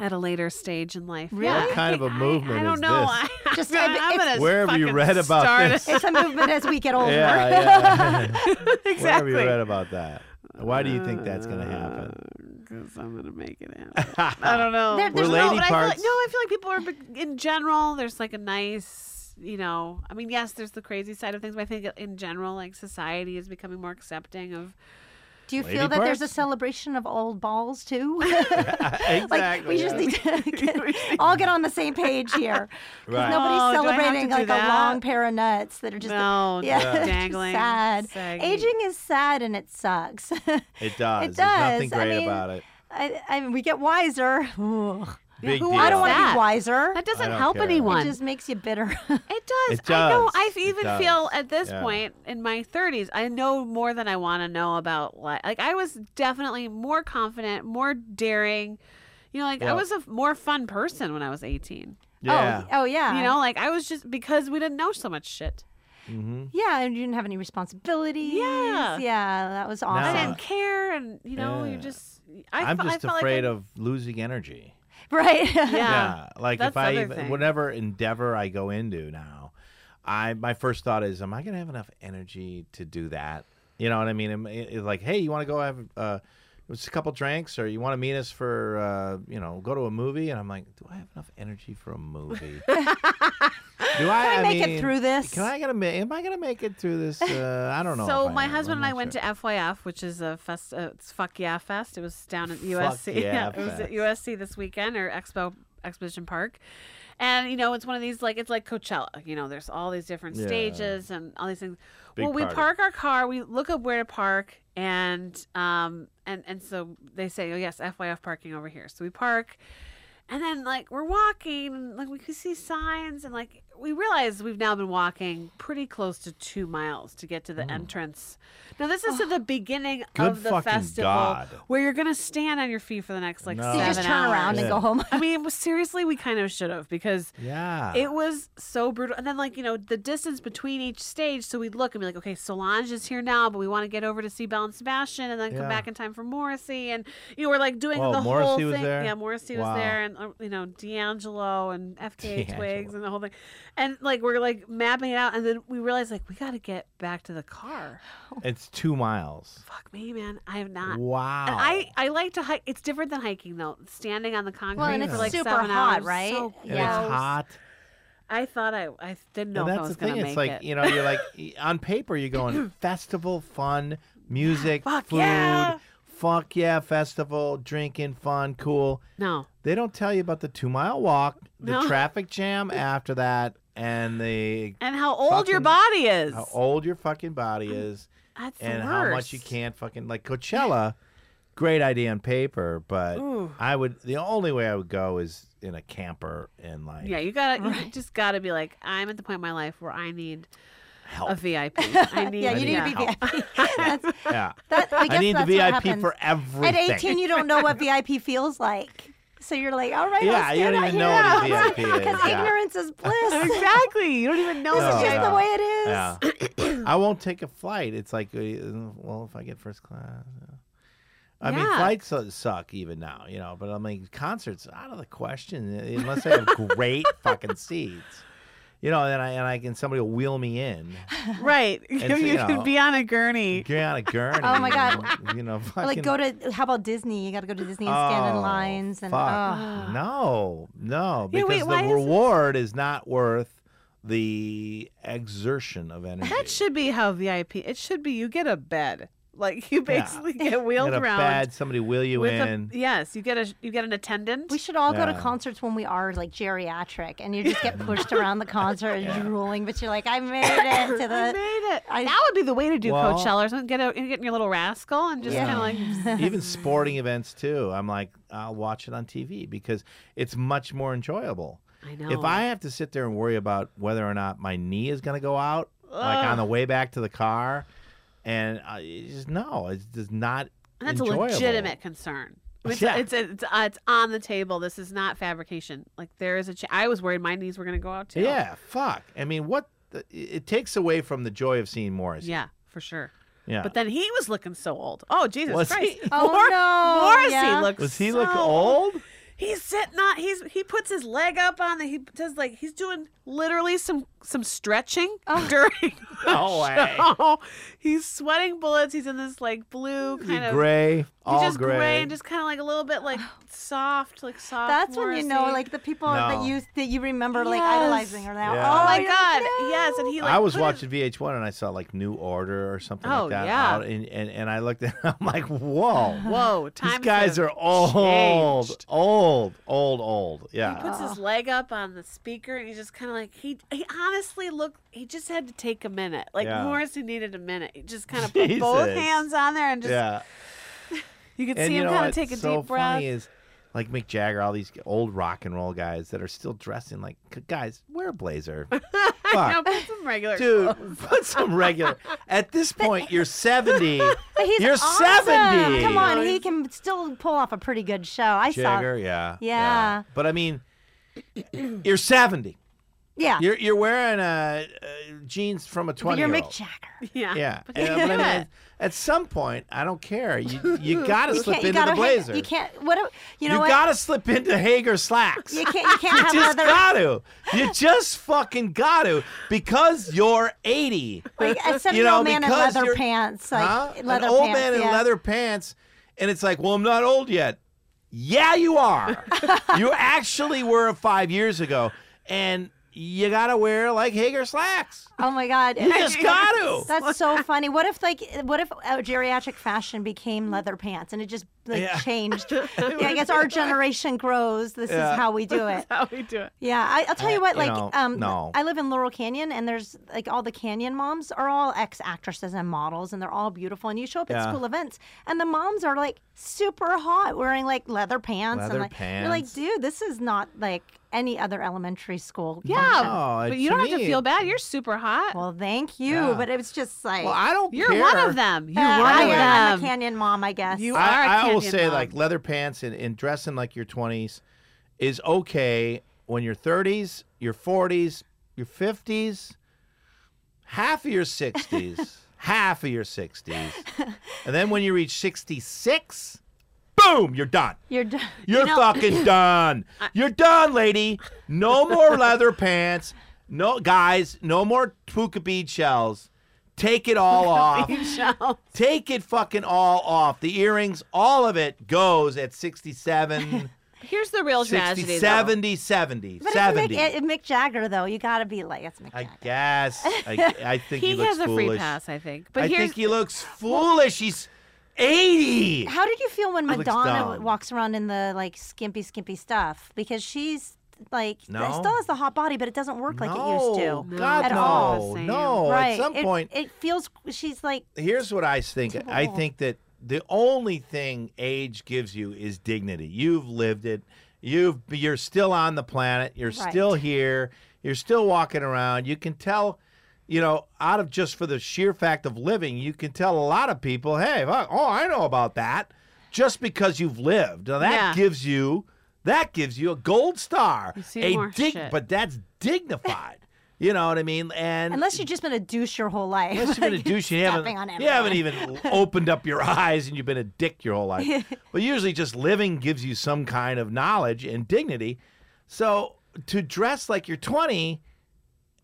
Speaker 2: at a later stage in life.
Speaker 3: Really?
Speaker 1: What kind of a movement
Speaker 2: I, I don't
Speaker 1: is
Speaker 2: know.
Speaker 1: this?
Speaker 2: I,
Speaker 3: Just-
Speaker 2: I'm
Speaker 3: it's-
Speaker 2: gonna
Speaker 1: Where have you
Speaker 2: fucking
Speaker 1: read about
Speaker 2: start
Speaker 1: this?
Speaker 2: it.
Speaker 3: It's a movement as we get older.
Speaker 1: Yeah, yeah. Where have
Speaker 2: exactly.
Speaker 1: you read about that? Why do you think that's going to happen?
Speaker 2: Because I'm gonna make it
Speaker 1: Uh,
Speaker 2: happen. I don't know.
Speaker 3: There-
Speaker 2: there's
Speaker 1: We're
Speaker 2: no,
Speaker 1: lady
Speaker 2: but I feel like,
Speaker 1: parts.
Speaker 2: no, I feel like people are big- in general. There's like a nice, you know. I mean, yes, there's the crazy side of things, but I think in general, like society is becoming more accepting of.
Speaker 3: Do you
Speaker 1: Lady
Speaker 3: feel that there's a
Speaker 1: parts?
Speaker 3: celebration of old balls too?
Speaker 1: exactly.
Speaker 3: like we just need to get, all get on the same page here. 'Cause
Speaker 1: Right.
Speaker 3: Nobody's
Speaker 2: Oh, do I have
Speaker 3: celebrating
Speaker 2: to do
Speaker 3: like
Speaker 2: that?
Speaker 3: a long pair of nuts that are just
Speaker 2: No, just
Speaker 3: yeah,
Speaker 2: dangling,
Speaker 3: sad.
Speaker 2: saggy.
Speaker 3: Aging is sad and it sucks.
Speaker 1: It does.
Speaker 3: It
Speaker 1: There's nothing
Speaker 3: does. I
Speaker 1: great
Speaker 3: mean-
Speaker 1: about it.
Speaker 3: I, I mean, we get wiser. Ugh.
Speaker 1: Big
Speaker 2: who
Speaker 1: deal.
Speaker 2: wants
Speaker 3: I don't want to
Speaker 2: that?
Speaker 3: be wiser.
Speaker 2: That doesn't
Speaker 1: don't
Speaker 2: help
Speaker 1: care.
Speaker 2: anyone.
Speaker 3: It just makes you bitter. Oh,
Speaker 2: It does.
Speaker 1: It
Speaker 2: I know.
Speaker 1: does.
Speaker 2: I
Speaker 1: It
Speaker 2: even
Speaker 1: does.
Speaker 2: feel at this
Speaker 1: Yeah.
Speaker 2: point in my 30s, I know more than I want to know about life. Like I was definitely more confident, more daring. You know, like I
Speaker 1: Well-
Speaker 2: was a f- more fun person when I was 18.
Speaker 1: Yeah.
Speaker 3: Oh, oh yeah.
Speaker 2: You know, like I was just because we didn't know so much shit.
Speaker 1: hmm
Speaker 3: Yeah, and you didn't have any responsibilities.
Speaker 2: Yeah.
Speaker 3: Yeah, that was
Speaker 2: I
Speaker 3: awesome.
Speaker 2: didn't care, and you know,
Speaker 1: Yeah.
Speaker 2: you just. I
Speaker 1: I'm
Speaker 2: fe- I
Speaker 1: just
Speaker 2: felt
Speaker 1: afraid
Speaker 2: like I-
Speaker 1: of losing energy.
Speaker 3: Right.
Speaker 2: Yeah.
Speaker 1: Yeah. Like
Speaker 2: That's
Speaker 1: if I
Speaker 2: the other
Speaker 1: even
Speaker 2: thing.
Speaker 1: whatever endeavor I go into now, I my first thought is, am I gonna have enough energy to do that? You know what I mean? Am- it- It's like, hey, you want to go have uh, just a couple drinks, or you want to meet us for uh, you know go to a movie? And I'm like, do I have enough energy for a movie? do I,
Speaker 3: Can I make it
Speaker 1: mean,
Speaker 3: through this?
Speaker 1: Can I gonna ma- am I gonna make it through this? Uh, I don't know.
Speaker 2: So
Speaker 1: if I
Speaker 2: my
Speaker 1: am.
Speaker 2: husband
Speaker 1: I'm
Speaker 2: and I
Speaker 1: not
Speaker 2: went
Speaker 1: sure.
Speaker 2: to FYF, which is a fest. Uh, it's Fuck Yeah Fest. It was down at USC.
Speaker 1: Yeah
Speaker 2: it was at
Speaker 1: Fest.
Speaker 2: USC this weekend or Expo Exposition Park, and you know it's one of these like it's like Coachella. You know, there's all these different
Speaker 1: Yeah.
Speaker 2: stages and all these things.
Speaker 1: Big
Speaker 2: well, we
Speaker 1: party.
Speaker 2: park our car. We look up where to park, and um and and so they say, oh yes, FYF parking over here. So we park. And then, like, we're walking, and like, we could see signs, and like, we realize we've now been walking pretty close to two miles to get to the entrance. Now, this is at the beginning
Speaker 1: Mm. Good
Speaker 2: of the
Speaker 1: fucking
Speaker 2: festival
Speaker 1: God.
Speaker 2: where you're gonna stand on your feet for the next like
Speaker 1: No.
Speaker 2: seven
Speaker 3: You
Speaker 2: hours.
Speaker 3: just turn around and
Speaker 1: Yeah.
Speaker 3: go home.
Speaker 2: I mean, seriously, we kind of should have because
Speaker 1: Yeah.
Speaker 2: it was so brutal. And then, like, you know, the distance between each stage. So we'd look and be like, okay, Solange is here now, but we want to get over to see Belle and Sebastian and then come
Speaker 1: Yeah.
Speaker 2: back in time for Morrissey. And, you know, we're like doing
Speaker 1: Oh,
Speaker 2: the whole
Speaker 1: Morrissey
Speaker 2: thing.
Speaker 1: was there?
Speaker 2: Yeah, Morrissey
Speaker 1: Wow.
Speaker 2: was there. And, uh, you know, D'Angelo and FKA Twigs
Speaker 1: D'Angelo.
Speaker 2: and the whole thing. And, like, we're like mapping it out. And then we realize, like, we got to get back to the car.
Speaker 1: it's two miles.
Speaker 2: Fuck me, man. I have not.
Speaker 1: Wow.
Speaker 2: And uh, I, I like to hike. It's different than hiking though. Standing on the concrete
Speaker 3: Well, and
Speaker 2: for
Speaker 3: it's
Speaker 2: like
Speaker 3: super
Speaker 2: seven
Speaker 3: hot,
Speaker 2: hours,
Speaker 3: right?
Speaker 2: So
Speaker 1: and
Speaker 3: And
Speaker 2: gross.
Speaker 1: it's hot.
Speaker 2: I thought I, I didn't know
Speaker 1: and
Speaker 2: if I
Speaker 1: that's
Speaker 2: was
Speaker 1: the
Speaker 2: gonna
Speaker 1: thing.
Speaker 2: make
Speaker 1: It's like
Speaker 2: it.
Speaker 1: you know, you're like y- on paper, you're going festival, fun, music,
Speaker 2: Fuck
Speaker 1: food,
Speaker 2: yeah.
Speaker 1: fuck yeah, festival, drinking, fun, cool.
Speaker 2: no,
Speaker 1: They don't tell you about the two mile walk, the
Speaker 2: No.
Speaker 1: traffic jam after that, and the
Speaker 2: and how old your
Speaker 1: Fucking-
Speaker 2: body is.
Speaker 1: how old your fucking body is,
Speaker 2: That's the
Speaker 1: and how much you
Speaker 2: worst.
Speaker 1: can't fucking like Coachella. Great idea on paper, but
Speaker 2: Ooh.
Speaker 1: I would. The only way I would go is in a camper and like
Speaker 2: Yeah, you gotta, you just gotta be like, I'm at the point in my life where I need
Speaker 1: help.
Speaker 2: a VIP. I need,
Speaker 3: yeah, you need to be
Speaker 2: yeah.
Speaker 3: VIP. That's,
Speaker 1: yeah,
Speaker 3: that, I guess
Speaker 1: I need the
Speaker 3: that's what
Speaker 1: VIP
Speaker 3: happens.
Speaker 1: for
Speaker 3: At
Speaker 1: everything.
Speaker 3: 18, you don't know what VIP feels like. So you're like, all right,
Speaker 1: Yeah,
Speaker 3: I'll
Speaker 1: you
Speaker 3: stand
Speaker 1: don't
Speaker 3: out
Speaker 1: even
Speaker 3: here
Speaker 1: know what a
Speaker 3: now.
Speaker 1: VIP is.
Speaker 3: Because
Speaker 1: yeah.
Speaker 3: ignorance is bliss.
Speaker 2: exactly. You don't even know.
Speaker 3: this
Speaker 1: No.
Speaker 3: is just
Speaker 2: that.
Speaker 1: Yeah.
Speaker 3: the way it is.
Speaker 1: Yeah. I won't take a flight. It's like, uh, well, if I get first class. uh, I mean,
Speaker 2: Yeah.
Speaker 1: flights su- suck even now, you know, but I mean, concerts out of the question uh, unless they have great fucking seats. You know, and I and I can somebody will wheel me in,
Speaker 2: right? You,
Speaker 1: so, you
Speaker 2: can
Speaker 1: know,
Speaker 2: be on a gurney.
Speaker 1: get on a gurney.
Speaker 3: Oh, my God.
Speaker 1: and, You know, fucking,
Speaker 3: Or like go to how about Disney? You got to go to Disney and stand in
Speaker 1: Oh,
Speaker 3: lines and
Speaker 1: fuck.
Speaker 3: oh.
Speaker 1: no, no,
Speaker 2: Yeah,
Speaker 1: because
Speaker 2: wait, why
Speaker 1: the
Speaker 2: is it-
Speaker 1: reward is not worth the exertion of energy.
Speaker 2: That should be how VIP. It should be you get a bed. Like you
Speaker 1: Yeah.
Speaker 2: basically get wheeled
Speaker 1: Get a
Speaker 2: around
Speaker 1: bad somebody wheel you
Speaker 2: with
Speaker 1: in.
Speaker 2: a yes. You get a you get an attendant.
Speaker 3: We should all go to
Speaker 1: Yeah.
Speaker 3: concerts when we are like geriatric, and you just get pushed around the concert and you're drooling, but you're like, I made it to
Speaker 2: I
Speaker 3: the.
Speaker 2: made it.
Speaker 3: I-
Speaker 2: that would be the way to do
Speaker 1: Well-
Speaker 2: Coachella or something. Get out and get in your little rascal and just
Speaker 1: Yeah.
Speaker 2: kind of like.
Speaker 1: even sporting events too. I'm like, I'll watch it on TV because it's much more enjoyable.
Speaker 2: I know.
Speaker 1: If I have to sit there and worry about whether or not my knee is going to go out, like on the way back to the car, and I it's just no, it's just not.
Speaker 2: And that's
Speaker 1: enjoyable.
Speaker 2: a legitimate concern. It's,
Speaker 1: Yeah.
Speaker 2: it's, it's, uh, it's on the table. This is not fabrication. Like there is a. Ch- I was worried my knees were going to go out too.
Speaker 1: Yeah, fuck. I mean, what? The, it takes away from the joy of seeing Morris.
Speaker 2: Yeah, for sure.
Speaker 1: yeah.
Speaker 2: But then he was looking so old. Oh Jesus
Speaker 1: Was
Speaker 2: Christ!
Speaker 1: he?
Speaker 3: Oh, no.
Speaker 2: Morrissey
Speaker 3: Yeah.
Speaker 2: looks.
Speaker 1: was he
Speaker 2: so
Speaker 1: look old?
Speaker 2: He's sitting on. He's he puts his leg up on the. He does like he's doing literally some some stretching
Speaker 3: Oh.
Speaker 2: during.
Speaker 1: No way.
Speaker 2: Oh, he's sweating bullets. He's in this like blue
Speaker 1: He
Speaker 2: kind of.
Speaker 1: gray, all
Speaker 2: he's just
Speaker 1: gray.
Speaker 2: and just kind of like a little bit like soft, like soft.
Speaker 3: That's when you know,
Speaker 2: Morrissey.
Speaker 3: like the people
Speaker 1: uh, No.
Speaker 3: that you that you remember, like
Speaker 2: Yes.
Speaker 3: idolizing her now.
Speaker 1: Yeah.
Speaker 2: oh my
Speaker 3: yeah.
Speaker 2: god, yes, and he like.
Speaker 1: I was
Speaker 2: put it-
Speaker 1: watching VH1 and I saw like New Order or something
Speaker 2: Oh,
Speaker 1: like that.
Speaker 2: yeah.
Speaker 1: out, and, and, and I looked at I'm like, whoa.
Speaker 2: Whoa,
Speaker 1: These
Speaker 2: time.
Speaker 1: guys are old,
Speaker 2: changed.
Speaker 1: old, old, old.
Speaker 2: He
Speaker 1: Yeah.
Speaker 2: puts his leg up on the speaker and he's just kind of like he he honestly looked he just had to take a minute like
Speaker 1: Yeah.
Speaker 2: Morrissey needed a minute he just kind of put both
Speaker 1: Jesus.
Speaker 2: hands on there and just
Speaker 1: yeah.
Speaker 2: you could
Speaker 1: and
Speaker 2: see
Speaker 1: you
Speaker 2: him
Speaker 1: know
Speaker 2: kind
Speaker 1: what's
Speaker 2: of take a
Speaker 1: so
Speaker 2: deep breath
Speaker 1: funny is like Mick Jagger, all these old rock and roll guys that are still dressing like guys. Wear a blazer,
Speaker 2: No,
Speaker 1: Fuck.
Speaker 2: put some regular.
Speaker 1: dude. Put some regular. At this point, you're seventy.
Speaker 3: But he's
Speaker 1: You're
Speaker 3: awesome.
Speaker 1: 70.
Speaker 3: Come on, he can still pull off a pretty good show. I
Speaker 1: Jagger,
Speaker 3: saw.
Speaker 1: yeah,
Speaker 3: Yeah.
Speaker 1: But I mean, you're seventy.
Speaker 3: Yeah,
Speaker 1: You're you're wearing uh, uh, jeans from a
Speaker 3: but
Speaker 1: twenty.
Speaker 3: you're
Speaker 1: year
Speaker 3: Mick
Speaker 1: old.
Speaker 3: Jagger.
Speaker 2: Yeah.
Speaker 1: Yeah. And, uh, but I mean, at, at some point, I don't care. You you gotta
Speaker 3: You
Speaker 1: slip into
Speaker 3: can't. You gotta.
Speaker 1: the blazer.
Speaker 3: Hang, you can't. What? do- You
Speaker 1: You,
Speaker 3: know what?
Speaker 1: gotta slip into Hager slacks.
Speaker 3: you can't. You can't
Speaker 1: You
Speaker 3: have
Speaker 1: just
Speaker 3: another.
Speaker 1: got to. You just fucking got to because you're 80.
Speaker 3: Like a
Speaker 1: you know,
Speaker 3: seven-year-old man in
Speaker 1: because
Speaker 3: leather
Speaker 1: you're-
Speaker 3: pants. Like
Speaker 1: huh?
Speaker 3: leather
Speaker 1: An old
Speaker 3: pants.
Speaker 1: man in
Speaker 3: yeah.
Speaker 1: leather pants, and it's like, well, I'm not old yet. Yeah, you are. you actually were five years ago, and you gotta wear like Hager slacks.
Speaker 3: Oh my God.
Speaker 1: You just got to.
Speaker 3: That's so funny. What if like what if uh, geriatric fashion became leather pants and it just like
Speaker 1: Yeah.
Speaker 3: changed? yeah, I guess our generation grows. This
Speaker 1: Yeah.
Speaker 3: is how we do it.
Speaker 2: How we do it.
Speaker 3: Yeah, I, I'll tell you what.
Speaker 1: you
Speaker 3: Like,
Speaker 1: know,
Speaker 3: um,
Speaker 1: no.
Speaker 3: I live in Laurel Canyon, and there's like all the Canyon moms are all ex actresses and models, and they're all beautiful. And you show up
Speaker 1: Yeah.
Speaker 3: at school events, and the moms are like super hot, wearing like leather pants.
Speaker 1: Leather
Speaker 3: and, like, You're like,
Speaker 1: pants.
Speaker 3: dude, this is not like any other elementary school.
Speaker 2: Yeah.
Speaker 1: No,
Speaker 2: but
Speaker 1: it's
Speaker 2: you don't have
Speaker 1: me.
Speaker 2: to feel bad. You're super hot.
Speaker 3: Well, thank you,
Speaker 1: Yeah.
Speaker 3: but it was just like
Speaker 1: Well, I don't
Speaker 2: You're
Speaker 1: care.
Speaker 2: one of them. You're
Speaker 3: Uh,
Speaker 2: one
Speaker 3: I
Speaker 2: of
Speaker 3: am, I'm a
Speaker 2: them.
Speaker 3: Canyon mom, I guess.
Speaker 2: You- are a
Speaker 1: I, I will
Speaker 2: Kenyan
Speaker 1: say
Speaker 2: mom.
Speaker 1: like leather pants and, and dressing like your 20s is okay when you're 30s, your 40s, your 50s, half of your 60s, half of your 60s. And then when you reach 66, boom, you're done.
Speaker 3: You're d-
Speaker 1: You're
Speaker 3: know-
Speaker 1: fucking done. You're done, lady. No more leather pants. No guys, no more puka bead shells. Take it all off. Take it fucking all off. The earrings, all of it goes at 67,
Speaker 2: Here's the real
Speaker 1: 60,
Speaker 2: tragedy. though.
Speaker 1: 70, 70,
Speaker 3: But
Speaker 1: 70.
Speaker 3: It's Mick, Mick Jagger, though. You got to be like, it's Mick
Speaker 1: I
Speaker 3: Jagger.
Speaker 1: guess. I, I think he,
Speaker 2: He
Speaker 1: looks
Speaker 2: has a
Speaker 1: foolish.
Speaker 2: free pass, I think. But
Speaker 1: I
Speaker 2: here's
Speaker 1: think he looks foolish. He's 80.
Speaker 3: How did you feel when
Speaker 1: looks
Speaker 3: Madonna
Speaker 1: dumb.
Speaker 3: walks around in the like skimpy, skimpy stuff? Because she's like,
Speaker 1: No.
Speaker 3: still has the hot body, but it doesn't work like it used
Speaker 1: no,
Speaker 3: to.
Speaker 1: God,
Speaker 3: at
Speaker 1: no.
Speaker 3: all.
Speaker 1: No,
Speaker 3: right.
Speaker 1: at some
Speaker 3: it,
Speaker 1: point.
Speaker 3: it feels she's like,
Speaker 1: here's what I think. I
Speaker 3: wall.
Speaker 1: think that the only thing age gives you is dignity. You've lived it. You've you're still on the planet. You're
Speaker 3: Right.
Speaker 1: still here. You're still walking around. You can tell, you know, out of just for the sheer fact of living, you can tell a lot of people, hey, fuck, oh, I know about that, just because you've lived. Now that
Speaker 2: Yeah.
Speaker 1: gives you that gives you a gold star.
Speaker 2: see
Speaker 1: a
Speaker 2: more
Speaker 1: dig-
Speaker 2: shit.
Speaker 1: but that's dignified. you know what I mean? And
Speaker 3: unless you've just been a douche your whole life.
Speaker 1: Unless you've been a douche and you haven't,
Speaker 3: stepping on
Speaker 1: you haven't even opened up your eyes and you've been a dick your whole life. but usually, just living gives you some kind of knowledge and dignity. So to dress like you're 20,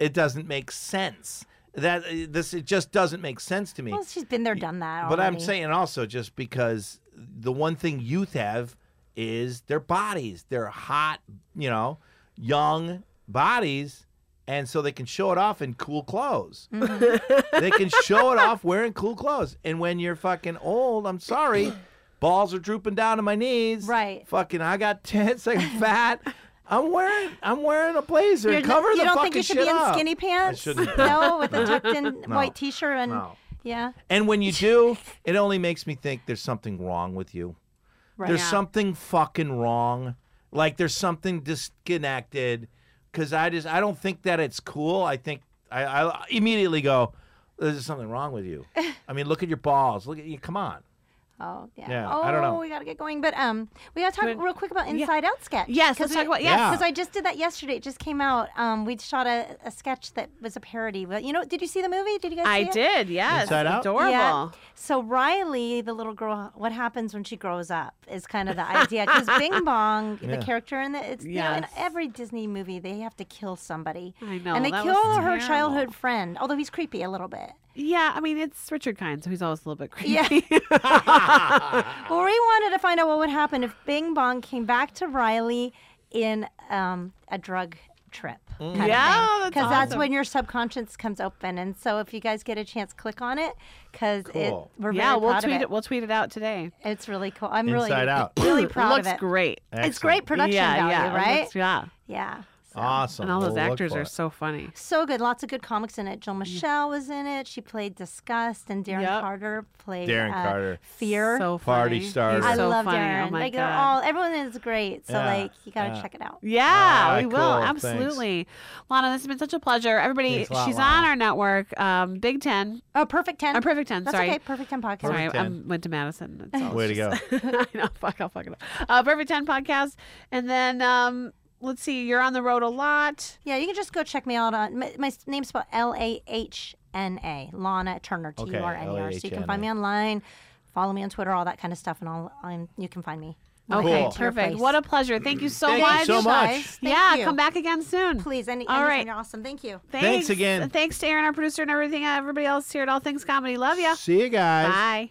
Speaker 1: it doesn't make sense. That this it just doesn't make sense to me.
Speaker 3: well, she's been there, done that.
Speaker 1: But I'm
Speaker 3: already.
Speaker 1: saying also just because the one thing youth have is their bodies. They're hot, you know, young bodies. And so they can show it off in cool clothes.
Speaker 3: Mm-hmm.
Speaker 1: they can show it off wearing cool clothes. And when you're fucking old, I'm sorry, balls are drooping down to my knees.
Speaker 3: Right.
Speaker 1: Fucking, I got tits. I'm fat. I'm wearing, I'm wearing a blazer.
Speaker 3: You're
Speaker 1: Cover
Speaker 3: not,
Speaker 1: the
Speaker 3: you don't
Speaker 1: fucking
Speaker 3: think you should
Speaker 1: shit
Speaker 3: be in
Speaker 1: up.
Speaker 3: skinny pants?
Speaker 1: shouldn't.
Speaker 3: No, with a tucked in white T-shirt and
Speaker 1: No.
Speaker 3: yeah,
Speaker 1: And when you do, it only makes me think there's something wrong with you.
Speaker 3: right.
Speaker 1: There's something fucking wrong. Like there's something disconnected. Cause I just I don't think that it's cool. I think I, I immediately go, there's something wrong with you. I mean, look at your balls. Look at you. Come on.
Speaker 3: Oh yeah.
Speaker 1: Yeah,
Speaker 3: oh,
Speaker 1: I don't know.
Speaker 3: we gotta get going, but um, we gotta talk
Speaker 2: Good.
Speaker 3: real quick about Inside Out sketch.
Speaker 2: Yes, let's talk about- yes.
Speaker 1: Yeah.
Speaker 3: because I just did that yesterday. It just came out. Um, we shot a, a sketch that was a parody. Well, you know, did you see the movie? Did you guys?
Speaker 2: I
Speaker 3: see it?
Speaker 2: did. Yes.
Speaker 1: Inside Out?
Speaker 2: Adorable.
Speaker 3: Yeah. So Riley, the little girl, what happens when she grows up is kind of the idea. Because Bing Bong,
Speaker 1: Yeah.
Speaker 3: the character in the, it's you know, in
Speaker 2: Yes.
Speaker 3: every Disney movie they have to kill somebody.
Speaker 2: I know,
Speaker 3: And they
Speaker 2: that was
Speaker 3: kill her
Speaker 2: terrible.
Speaker 3: childhood friend, although he's creepy a little bit.
Speaker 2: Yeah, I mean it's Richard Kind, so he's always a little bit creepy.
Speaker 3: Yeah. well, we wanted to find out what would happen if Bing Bong came back to Riley in um, a drug trip.
Speaker 2: Yeah, that's
Speaker 3: Because that's
Speaker 2: Mm. awesome.
Speaker 3: when your subconscious comes open, and so if you guys get a chance, click on it because
Speaker 1: Cool.
Speaker 3: it, we're
Speaker 2: yeah,
Speaker 3: very
Speaker 2: we'll
Speaker 3: proud
Speaker 2: tweet
Speaker 3: of
Speaker 2: it.
Speaker 3: it.
Speaker 2: We'll tweet it out today.
Speaker 3: It's really cool. I'm
Speaker 1: Inside
Speaker 3: really,
Speaker 1: Out.
Speaker 3: really
Speaker 2: It
Speaker 3: proud
Speaker 2: looks
Speaker 3: of it.
Speaker 2: great.
Speaker 3: It's great production
Speaker 2: yeah,
Speaker 3: value,
Speaker 2: yeah, it
Speaker 3: right?
Speaker 2: looks- yeah.
Speaker 3: yeah. So
Speaker 2: film.
Speaker 5: Awesome.
Speaker 2: And all those
Speaker 5: We'll look
Speaker 2: actors
Speaker 5: for
Speaker 2: are
Speaker 5: it.
Speaker 2: so funny.
Speaker 3: So good. Lots of good comics in it. Jill Michelle was in it. She played Disgust, and Darren
Speaker 2: Mm. Yep.
Speaker 3: Carter played
Speaker 5: Darren
Speaker 3: uh,
Speaker 5: Carter.
Speaker 3: Fear.
Speaker 2: So
Speaker 5: Party
Speaker 2: funny.
Speaker 5: starter.
Speaker 2: He's
Speaker 3: I
Speaker 2: so
Speaker 3: love
Speaker 2: funny.
Speaker 3: Darren.
Speaker 2: Oh my
Speaker 3: like they're
Speaker 2: god.
Speaker 3: all everyone is great. So
Speaker 5: Yeah,
Speaker 3: like you gotta
Speaker 5: yeah.
Speaker 3: check it out.
Speaker 2: Yeah,
Speaker 5: Ah,
Speaker 2: we will.
Speaker 5: cool. Thanks.
Speaker 2: Absolutely. Lana, this has been such a pleasure. Everybody,
Speaker 5: Thanks a lot,
Speaker 2: she's on
Speaker 5: Lana.
Speaker 2: our network, um, Big Ten,
Speaker 3: Oh, perfect ten.
Speaker 2: or Perfect 10,
Speaker 3: That's
Speaker 2: sorry.
Speaker 3: okay. Perfect ten podcast.
Speaker 2: Sorry,
Speaker 5: Perfect
Speaker 2: I
Speaker 5: 10.
Speaker 2: went to Madison. It's all-
Speaker 5: Way to go.
Speaker 2: it's just- I know, fuck, I'll fuck it up. Uh, Perfect 10 podcast. And then um, let's see, you're on the road a lot.
Speaker 3: Yeah, you can just go check me out on my, my name's spelled L A H N A Lana Turner T U R N E R. So you can find me online, follow me on Twitter, all that kind of stuff, and all um, you can find me.
Speaker 2: Okay,
Speaker 5: Cool.
Speaker 2: perfect.
Speaker 3: Place.
Speaker 2: What a pleasure. Thank you so
Speaker 5: Thank
Speaker 2: much.
Speaker 5: you so much.
Speaker 3: guys. Thank
Speaker 2: yeah,
Speaker 3: you.
Speaker 2: come back again soon.
Speaker 3: please. Any,
Speaker 2: All
Speaker 3: anything,
Speaker 2: right.
Speaker 3: you're awesome. Thank you.
Speaker 2: Thanks.
Speaker 5: again.
Speaker 2: Thanks to Aaron, our producer, and everything, everybody else here at All Things Comedy. Love you.
Speaker 5: See you guys.
Speaker 2: Bye.